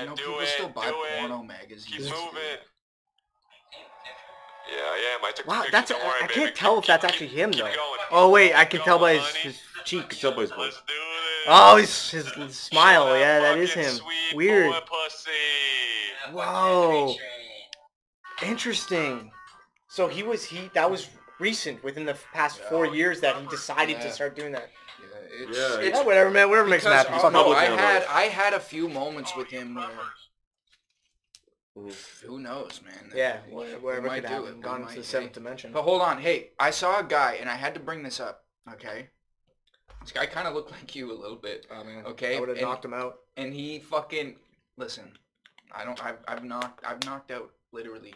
yeah, know, do people it, still buy do it. porno magazines. Keep dude. moving. Yeah, I am. I took Wow, the picture. that's I, Don't worry, I baby. can't tell if Keep- that's keep- actually him keep though. going. Oh wait, I can Keep tell by going, his, honey. his cheeks. Subway's voice. Let's do this. Oh, his, his smile. That Yeah, that is fucking him. Sweet Weird. boy pussy. Wow. Interesting. So he was he that was recent within the past four years that he decided Yeah. to start doing that. Yeah, it's, Yeah, it's Yeah, whatever, man. Whatever makes him because, happy. oh, Fuck no, him. I now, had though. I had a few moments with him where Mhm. who knows, man. Yeah, We- we whatever might could do happen. it. We Gone might, Oh, into the seventh hey. dimension. But hold on, hey, I saw a guy and I had to bring this up, okay? This guy kind of looked like you a little bit, Oh, man. okay? I would have And- knocked him out. and he fucking listen. I don't. I've, I've knocked. I've knocked out literally.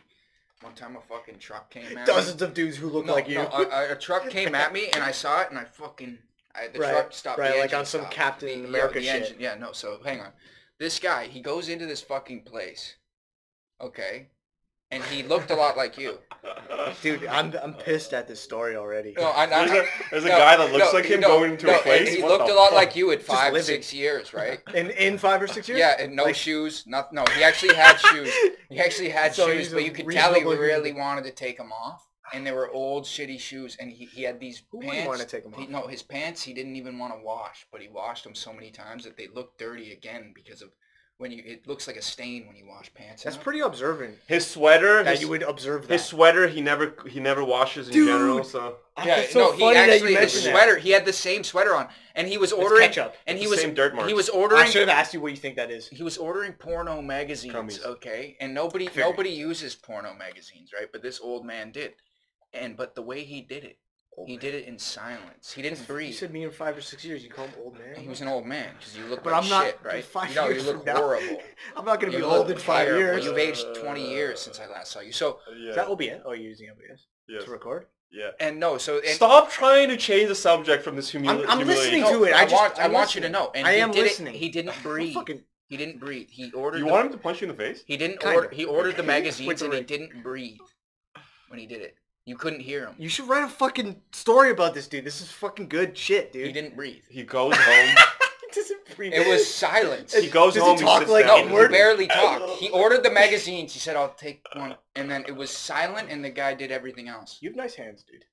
One time a fucking truck came at me. Dozens of dudes who look No, like you. no, a, a- a truck came at me and I saw it and I fucking I, the Right, truck stopped. the right, like engine on some stopped. Captain The- yeah, America the shit. engine- Yeah, no. So hang on. This guy, he goes into this fucking place, okay, and he looked a lot like you. Dude, I'm I'm pissed at this story already. No, I, I, There's a, there's a no, guy that looks no, like him no, going into no, a place. He What looked the a lot fuck? like you at five, living. six years, right? In in five or six years. Yeah, and no shoes. Not, no, he actually had shoes. He actually had So shoes, he's but a you could tell he reasonable really human. wanted to take them off. And they were old, shitty shoes, and he, he had these Who wouldn't pants. wanna take 'em he- off? no, his pants he didn't even want to wash, but he washed them so many times that they looked dirty again because of when you it looks like a stain when you wash pants. That's out. pretty observant His sweater. that his- you would observe that. His sweater, he never he never washes in Dude. general. So Uh, Yeah, That's so no, funny he that you actually the mentioned that. sweater. He had the same sweater on, and he was ordering. ketchup. And It's he the was same dirt He marks. was I ordering. should have asked you what you think that is. he was ordering porno magazines, Crummies. okay? And nobody Figured. nobody uses porno magazines, right? But this old man did. And but the way he did it, he did it in silence. He didn't You breathe. said me in five or six years. You call him old man. he was an old man because you look but like I'm not shit, right? Five you know, years you from look now. horrible. I'm not gonna You be look old in five terrible. years. You've aged 20 years since I last saw you. So yeah, Is that OBS? Oh, you're using OBS yes, to record? yeah. and no, so and, Stop trying to change the subject from this humili- I'm- I'm humiliation. listening to it. I just- want I I'm want you to listening. know. And I he am did listening. It, he didn't breathe. Fucking- He didn't breathe. He ordered. You the, want him to punch you in the face? He didn't Kinda. order. He ordered the magazines With the and he ring. didn't breathe when he did it. You couldn't hear him. You should write a fucking story about this dude. This is fucking good shit, dude. He didn't breathe. He goes home. He doesn't breathe. It was silence. he goes Does he home. talk sits like no, down. a he word? barely talked. He ordered the magazines. He said, "I'll take one," and then it was silent, and the guy did everything else. You have nice hands, dude.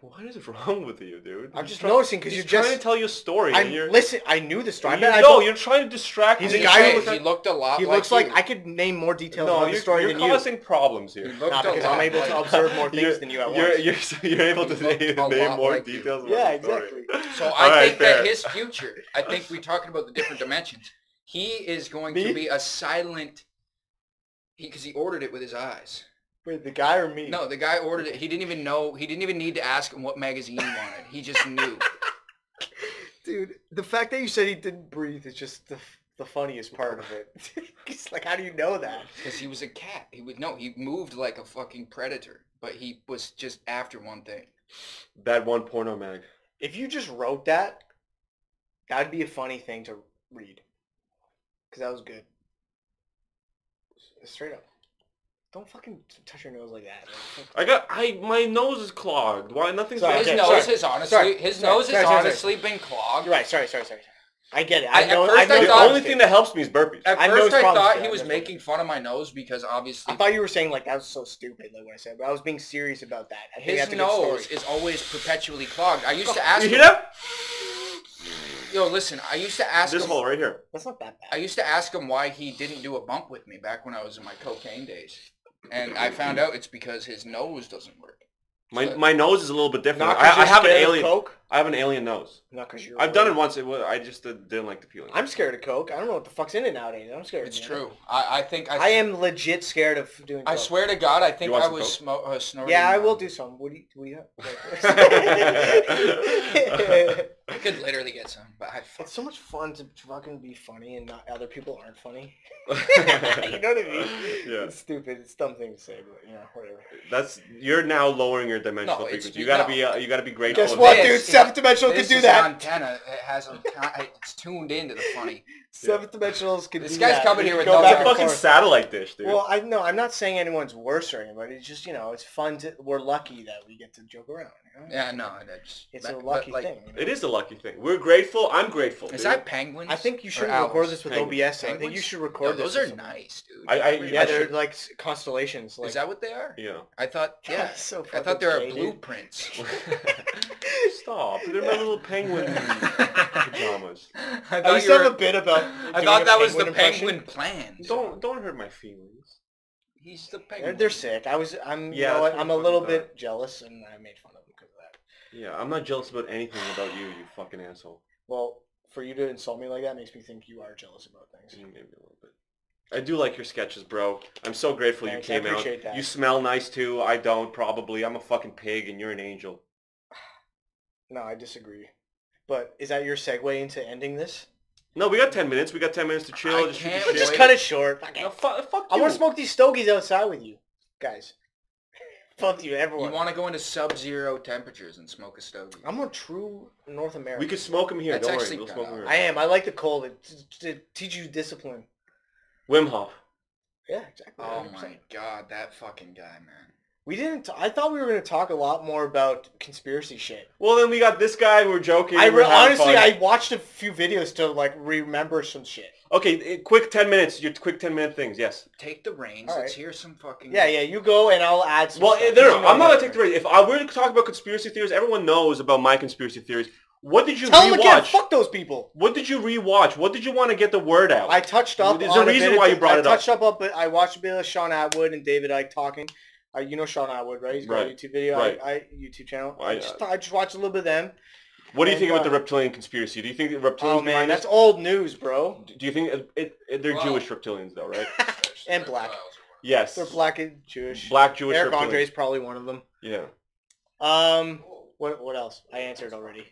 What is wrong with you, dude? I'm just noticing because He's you're trying just. to tell you a story. I'm and you're, listen. I knew the story. I you bet I know, don't- you're trying to distract He's me. a He guy who did. looks he looked a lot. he looks like you. I could name more details No, on you're, the story you're than you. causing problems here. He looked Nah, a because lot I'm able like- to observe more things You're- than you at you're, once. You're, so you're able to He looked name, a name lot more like you. details. about yeah, the story. exactly. So I All right, think that fair. his future. I think we talked about the different dimensions. He is going Me? to be a silent. Because he ordered it with his eyes. Wait, the guy or me? No, the guy ordered it. He didn't even know. He didn't even need to ask him what magazine he wanted. He just knew. dude. The fact that you said he didn't breathe is just the, the funniest part of it. It's like, how do you know that? Because he was a cat. He would no. He moved like a fucking predator, but he was just after one thing. That one porno mag. If you just wrote that, that'd be a funny thing to read. Cause that was good. S- Straight up. Don't fucking t- touch your nose like that. man. I got. I my nose is clogged. Why nothing's Sorry, His okay, nose sorry. has honestly, Sorry, his sorry, nose sorry, has sorry, sorry. honestly been clogged. You're right. Sorry, sorry, sorry. I get it. I- I at know. first I know The thought- it's only good. thing that helps me is burpees. At I know first, it's I problems, thought yeah, he I was know. making fun of my nose because obviously I thought you were saying like that was so stupid, like what I said, but I was being serious about that. I think his that's a good nose story. is always perpetually clogged. I Oh, used to ask You hear him, that? yo, listen, I used to ask This him, hole right here. That's not that I bad. used to ask him why he didn't do a bump with me back when I was in my cocaine days, and I found out it's because his nose doesn't work. My, my nose is a little bit different. Not 'cause I, I you're have an scared of alien. Coke. I have an alien nose. Not because you're. I've done it once. It was, I just uh, didn't like the feeling. I'm scared of coke. I don't know what the fuck's in it nowadays. I'm scared. It's man. true. I, I think I, I am legit scared of doing. I coke. swear to God, I You think want I some was Coke? smo- uh, snorting. Yeah, I um, will do some. What do you? What do you have? It's I could literally get some, but I fuck. it's so much fun to fucking be funny and not other people aren't funny. you know what I mean? Yeah. It's stupid. It's a dumb thing to say, but you know, whatever. That's you're now lowering your dimensional No, it's- frequency. You gotta no. be uh, you gotta be grateful. Guess of what, that. dude? This- Seventh dimensional can this do is that. an antenna. It has a. con- It's tuned into the funny. Seventh dimensionals can This do guy's that. coming We here can with go no back That and reference. fucking forth. satellite dish, dude. Well, I no, I'm not saying anyone's worse or anybody. It's just you know, it's fun. To, we're lucky that we get to joke around. You know? Yeah, no, I I just. It's but- a but, lucky like, thing. you know? it is a lucky thing. We're grateful. I'm grateful. Is dude. that penguins? I think you or should owls? record this with Penguins. OBS. I think you Penguins? should No, record this. those with are something. nice, dude. I- I- Everybody- Yeah, I they're should- like s- constellations. Like Is that what they are? Yeah. I thought. Yeah. That's so I fucking thought there are dated. blueprints. Stop. They're my little penguin pajamas. I I thought, used you to have were- a bit about. I doing thought a that was the impression. penguin plan. Don't don't hurt my feelings. He's the They're, penguin. they're sick. I was. I'm. Yeah, Yeah, that's I'm a what I'm little talking bit jealous, and I made fun of them because of that. Yeah, I'm not jealous about anything about you, you fucking asshole. Well, for you to insult me like that makes me think you are jealous about things. You made me a little bit. I do like your sketches, bro. I'm so grateful Thanks, I you came out. appreciate that. You smell nice too. I don't probably. I'm a fucking pig and you're an angel. No, I disagree. But is that your segue into ending this? No, we got 10 minutes. We got 10 minutes to chill. I just shoot can't the wait. Just shit. cut it short. Fuck it. No, fu- fuck I you. want to smoke these stogies outside with you, guys. Fuck you, You everyone. want to go into sub-zero temperatures and smoke a stogie? I'm a true North American. We could smoke him here. That's Don't worry. actually We'll cut smoke him out. here. I am. I like the cold. It t- t- teach you discipline. Wim Hof. Yeah, exactly. Oh 100%. my god, that fucking guy, man. We didn't. T- I thought we were going to talk a lot more about conspiracy shit. Well, then we got this guy. We're joking. I we're re- having honestly, fun. I watched a few videos to like remember some shit. Okay, eh, quick 10 minutes. Your quick 10 minute things. Yes. Take the reins. All Let's right. hear some fucking. Yeah, yeah. You go and I'll add. Some Well, stuff, eh, 'cause no, you no, know I'm not better. gonna take the risk. If I were to talk about conspiracy theories, everyone knows about my conspiracy theories. What did you Tell them again. rewatch? Fuck those people. What did you rewatch? What did you want to get the word out? I touched up. There's on a reason bit of- why you brought I it up. touched up, but I watched a bit of Sean Atwood and David Icke talking. Uh, you know Sean Atwood, right? He's got a Right. YouTube video, Right. I, I YouTube channel. I, I- uh, just I just watched a little bit of them. What do you And, think about uh, the reptilian conspiracy? Do you think the reptilians? Oh man, behind that's this? old news, bro. Do you think it, it, it- they're Wow. Jewish reptilians though, right? And black. yes. They're black and Jewish. Black Jewish Eric reptilians. Andre is probably one of them. Yeah. Um, what what else? I answered already.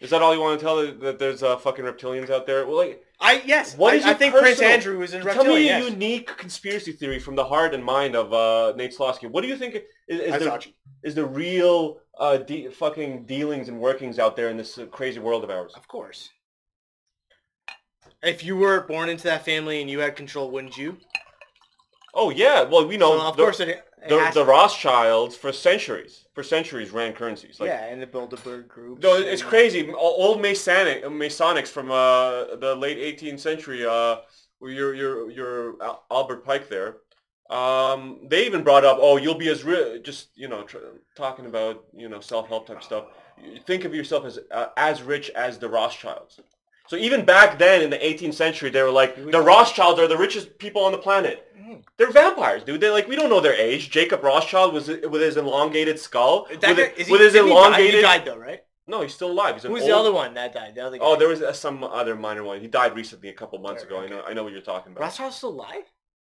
Is that all you want to tell that- that there's uh, fucking reptilians out there? Well, like, I yes. what I, is I your think personal- Prince Andrew was in Tell reptilian. me a yes. unique conspiracy theory from the heart and mind of uh, Nate Slosky. What do you think is, I is the thought you- is the real uh, de- fucking dealings and workings out there in this uh, crazy world of ours? Of course. If you were born into that family and you had control, wouldn't you? Oh yeah, well we know so of the, course it, it the, has the to- Rothschilds for centuries for centuries ran currencies. Like, yeah, and the Bilderberg group. No, it- it's crazy. O- Old Masonic, Masonics from uh, the late 18th century. Uh, where your your your Al- Albert Pike there. Um, they even brought up, oh, you'll be as rich. Just you know, tr- talking about you know self-help type stuff. You Think of yourself as uh, as rich as the Rothschilds. So even back then in the 18th century, they were like, the Rothschilds are the richest people on the planet. Mm. They're vampires, dude. They are like we don't know their age. Jacob Rothschild was with his elongated skull, with, That guy, it- is with he, his didn't he die? elongated. He died though, right? No, he's still alive. He's an Who's old- the other one that died? The other guy. Oh, there was uh, some other minor one. He died recently, a couple months ago. I know. I know what you're talking about. Rothschild's still alive?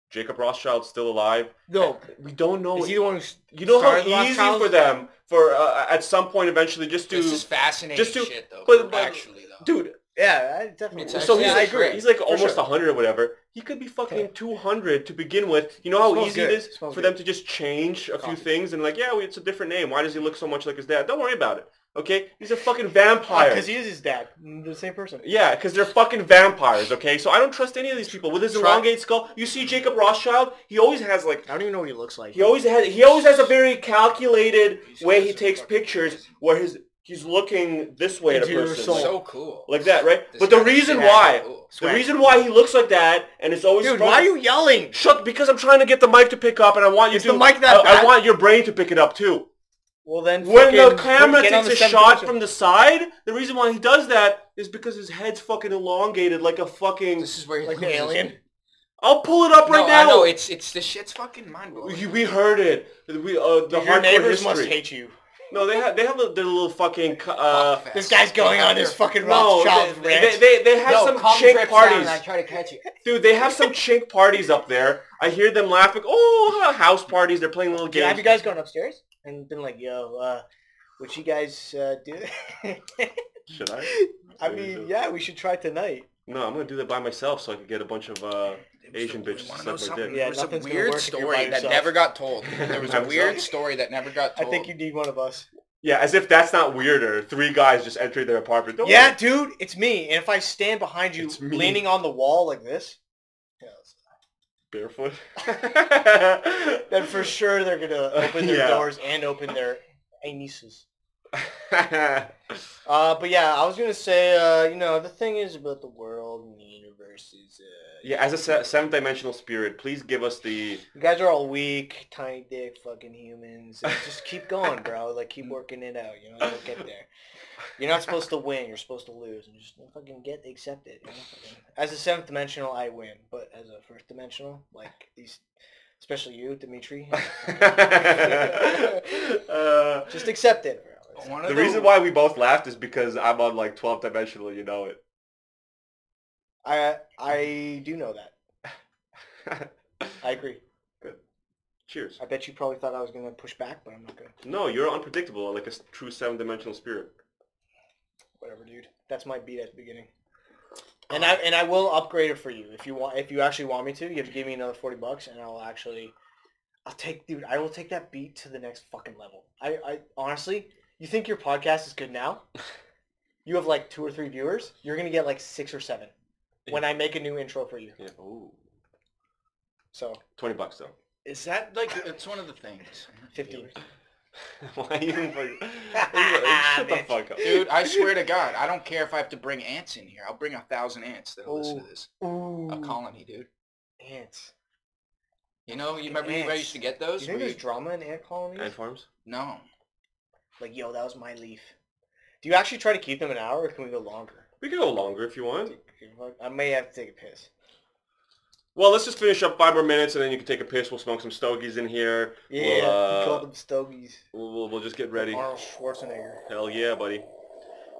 Jacob Rothschild's still alive. No, We don't know. is he the one who? you know how started the easy Rothschilds? for them for uh, at some point eventually just to This is fascinating just to- shit, though. but- but- actually, though. dude. Yeah, I definitely. It's so actually- he's yeah, I like, agree. he's like For almost sure. 100 or whatever. He could be fucking Yeah. 200 to begin with. You know how Smells easy good. it is Smells for good. them to just change a few Coffee. things and like, yeah, well, it's a different name. Why does he look so much like his dad? Don't worry about it. Okay, he's a fucking vampire. Because he is his dad, Mm, the same person. Yeah, because they're fucking vampires, okay? So I don't trust any of these people. With his Try- elongated skull, you see Jacob Rothschild, he always has like I don't even know what he looks like. he always has he always has a very calculated way he takes pictures where his he's looking this way at a Into your person. soul. like- so cool. Like that, right? This But the guy- reason yeah, why cool. the Swag. reason why he looks like that and it's always Dude, from- why are you yelling? Shut because I'm trying to get the mic to pick up and I want you Is to the mic that I- I, bad? want your brain to pick it up too. Well then, When the fucking camera get on takes a the seventh shot dimension. from the side, the reason why he does that is because his head's fucking elongated like a fucking This is where he like an loses it. alien. I'll pull it up right no, now. I know it's it's the shit's fucking mind blowing. We, we heard it. We, uh, Your the hardcore neighbors history. must hate you. No, they have they have their little fucking. cu- Uh, This guy's going on his fucking no, Rothschild they, ranch. they, they, they have some chink parties, try to catch it. dude. They have some chink parties up there. I hear them laughing. Oh, house parties. They're playing little Dude, have games. you guys gone upstairs and been like, yo, uh, what you guys uh, do? Should I? I mean, yeah, we should try tonight. No, I'm gonna do that by myself so I can get a bunch of uh, Asian bitches Want to to suck my know something? dick. Yeah, there was a nothing's gonna weird work if you're by story that yourself. never got told. There was By a myself? weird story that never got I told. think you need one of us. Yeah, as if that's not weirder. Three guys just entered their apartment. Don't Yeah, worry. dude, it's me. And if I stand behind you, It's me. leaning on the wall like this, yeah, barefoot. then for sure they're gonna open their Yeah. doors and open their anuses. Uh, but yeah, I was gonna say, uh, you know, the thing is about the world and the universe is, uh, yeah, as a se- seventh dimensional spirit, please give us the you guys are all weak, tiny dick, fucking humans. Uh, Just keep going, bro. Like keep working it out. You know, you'll get there. You're not supposed to win. You're supposed to lose, and just fucking get accept it. You know? Fucking- As a seventh dimensional, I win, but as a first dimensional, like these, especially you, Dimitri, Uh, just accept it, bro. It's- One of the reason why we both laughed is because I'm on like 12 dimensional. You know it. I I do know that. I agree. Cheers. I bet you probably thought I was gonna push back, but I'm not gonna. No, you're unpredictable, like a s- true seven dimensional spirit. Whatever, dude. That's my beat at the beginning. And I and I will upgrade it for you if you want. If you actually want me to, you have to give me another forty bucks, and I'll actually, I'll take, dude. I will take that beat to the next fucking level. I, I honestly, you think your podcast is good now? You have like two or three viewers. You're gonna get like six or seven when I make a new intro for you. Yeah. Ooh. So Ah, 20 bucks though. is that like it's one of the things. fifty. Why you even like, shut the Bitch. fuck up. Dude, I swear to God, I don't care if I have to bring ants in here. I'll bring a thousand ants that'll listen Ooh. to this. Ooh, A colony, dude. ants. You know, you remember anybody Ants. used to get You those? think Where there's you- drama in ant colonies? Ant farms? no. Like, yo, that was my leaf. Do you actually try to keep them an hour, or can we go longer? We could go longer if you want. I may have to take a piss. Well, let's just finish up five more minutes, and then you can take a piss. We'll smoke some stogies in here. Yeah, We'll, uh, we call them stogies. we'll, we'll, we'll just get ready. Arnold Schwarzenegger. Hell yeah, buddy.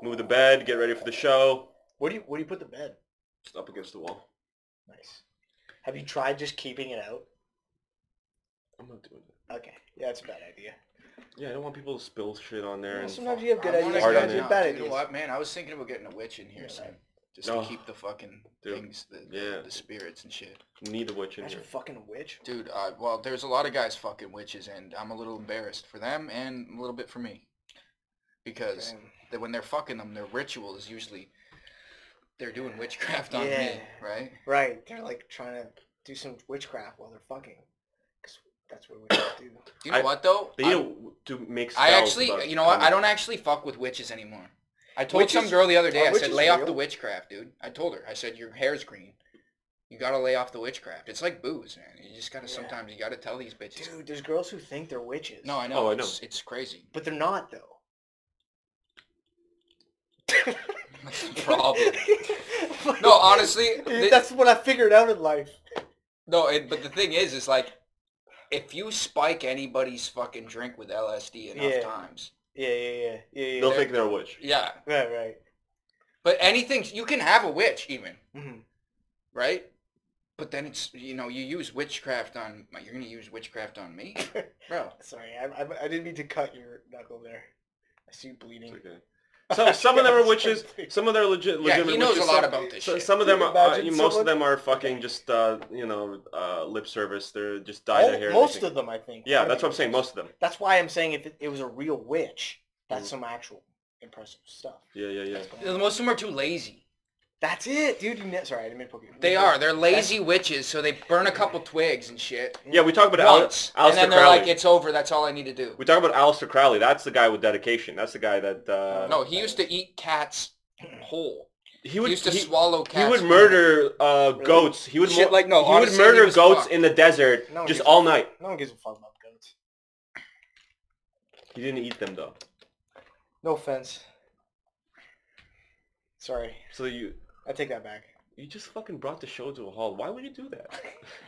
Move the bed. Get ready for the show. What do you What do you put the bed? Just up against the wall. Nice. Have you tried just keeping it out? I'm not doing that. Okay, yeah, that's a bad idea. Yeah, I don't want people to spill shit on there. Well, and sometimes you have good I wanna ideas, Hard sometimes you on it. have bad You know ideas. what, man? I was thinking about getting a witch in here soon. Just Oh. to keep the fucking Dude. things, the, Yeah. the spirits and shit. need the witch in Imagine here. fucking a witch. Dude, uh, well, there's a lot of guys fucking witches, and I'm a little embarrassed for them and a little bit for me. Because Damn. that when they're fucking them, their ritual is usually they're doing witchcraft on me, Yeah. right? Right, they're like trying to do some witchcraft while they're fucking, because that's what witches do. You know I- what though? They need I, to, to make I spells actually, without you know what? having- I don't actually fuck with witches anymore. I told some Witches- girl the other day. are I said, witches lay off the real?" witchcraft, dude. I told her. I said, your hair's green. You gotta lay off the witchcraft. It's like booze, man. You just gotta Yeah. sometimes you gotta tell these bitches. Dude, there's girls who think they're witches. no, I know. Oh, I know. It's, it's crazy. but they're not though. That's the problem. No, honestly, thi- that's what I figured out in life. no. It, but the thing is, is like, if you spike anybody's fucking drink with LSD enough Yeah. times, Yeah, yeah, yeah, yeah, They'll think they're a witch. yeah. Right, right. But anything you can have a witch even. Mhm. right? But then it's you know you use witchcraft on you're gonna use witchcraft on me, bro. Sorry, I, I, I didn't mean to cut your knuckle there. I see you bleeding. It's okay. So some of them are witches. Some of them are legit. Yeah, Legitimate he knows a witches, lot some- about this So shit. some of them Can you are, uh, imagine most someone- of them are fucking just, uh, you know, uh, lip service. They're just dye their Mo- hair. and most everything. of them, I think. Yeah, are that's what I'm saying. witches. Most of them. That's why I'm saying if it, it was a real witch, that's some actual impressive stuff. Yeah, yeah, yeah. Most of them are too lazy. That's it, dude. You ne- sorry, I didn't mean to poke you. They are. They're lazy witches, so they burn a couple twigs and shit Yeah, we talk about Al- once, Alistair and then they're Crowley. like, "It's over. That's all I need to do." we talk about Alistair Crowley. That's the guy with dedication. That's the guy that uh, No, he used to eat cats whole. he would he used to he, swallow he cats. would murder uh, goats. He would Shit like- no, He honestly, would murder he was goats fucked. in the desert No, just he's- all night. No one gives a fuck about goats. He didn't eat them though. No offense. Sorry, So you I take that back. You just fucking brought the show to a halt. Why would you do that?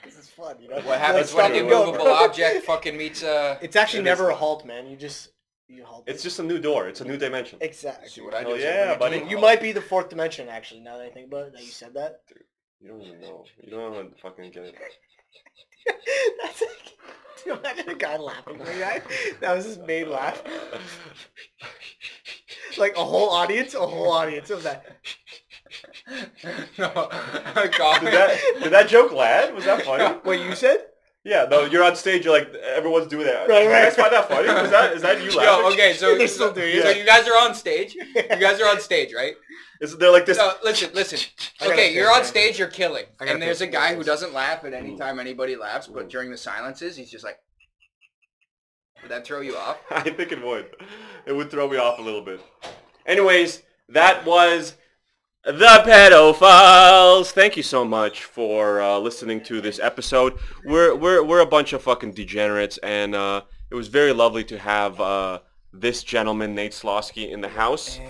Because it's fun, you know. What happens when a fucking go, movable bro. object fucking meets a... It's actually It never is a halt, man. You just you halt. It's just a new door. It's a new dimension. exactly. See what I do? Hell is I yeah, bring it buddy. to a You halt. might be the fourth dimension, actually. Now that I think about it, that you said that. You don't even know. You don't know how to fucking get it. That's like, do you imagine a guy laughing like that? That was his main laugh. Like a whole audience, a whole audience of that. no. God, Did that, did that joke land? Was that funny? What you said? Yeah, no, you're on stage, you're like, everyone's doing that. Right, right. That's not that funny. Is that, is that you laughing? Yo, okay, so, They still do, so yeah. you guys are on stage. You guys are on stage, right? Is, they're like this. No, listen, listen. gotta Okay, piss, you're on man. stage, you're killing. gotta And there's piss. a guy who doesn't laugh at any time anybody laughs, but during the silences, he's just like, would that throw you off? I think it would. It would throw me off a little bit. Anyways, that was the pedophiles. Thank you so much for uh, listening to this episode. We're we're we're a bunch of fucking degenerates, and uh, it was very lovely to have uh, this gentleman Nate Slosky in the house.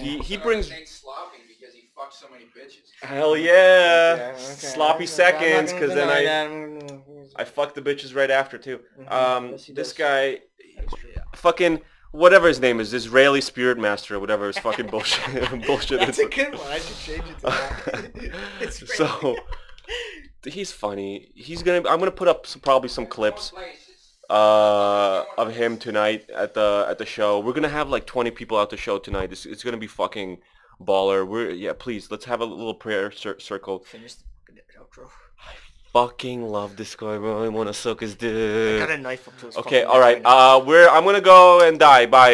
He he brings sloppy because he fucks so many bitches. hell yeah, Yeah, okay. sloppy Okay, I'm not seconds, gonna because then deny I. that. I'm gonna- I fucked the bitches right after too. Um, Mm-hmm. Yes, he this does. guy, fucking whatever his name is, Israeli spirit master, or whatever is fucking bullshit. bullshit. That's a good one. I should change it to that. it's great. so he's funny. He's gonna. I'm gonna put up some, probably some clips uh, of him tonight at the at the show. We're gonna have like 20 people at the show tonight. It's, it's gonna be fucking baller. We're yeah. Please let's have a little prayer cir- circle. Finish the outro. Fucking love this guy. I really wanna suck his dick. I got a knife up to his Okay, fucking all right. neck right now. Uh, we're I'm gonna go and die. Bye.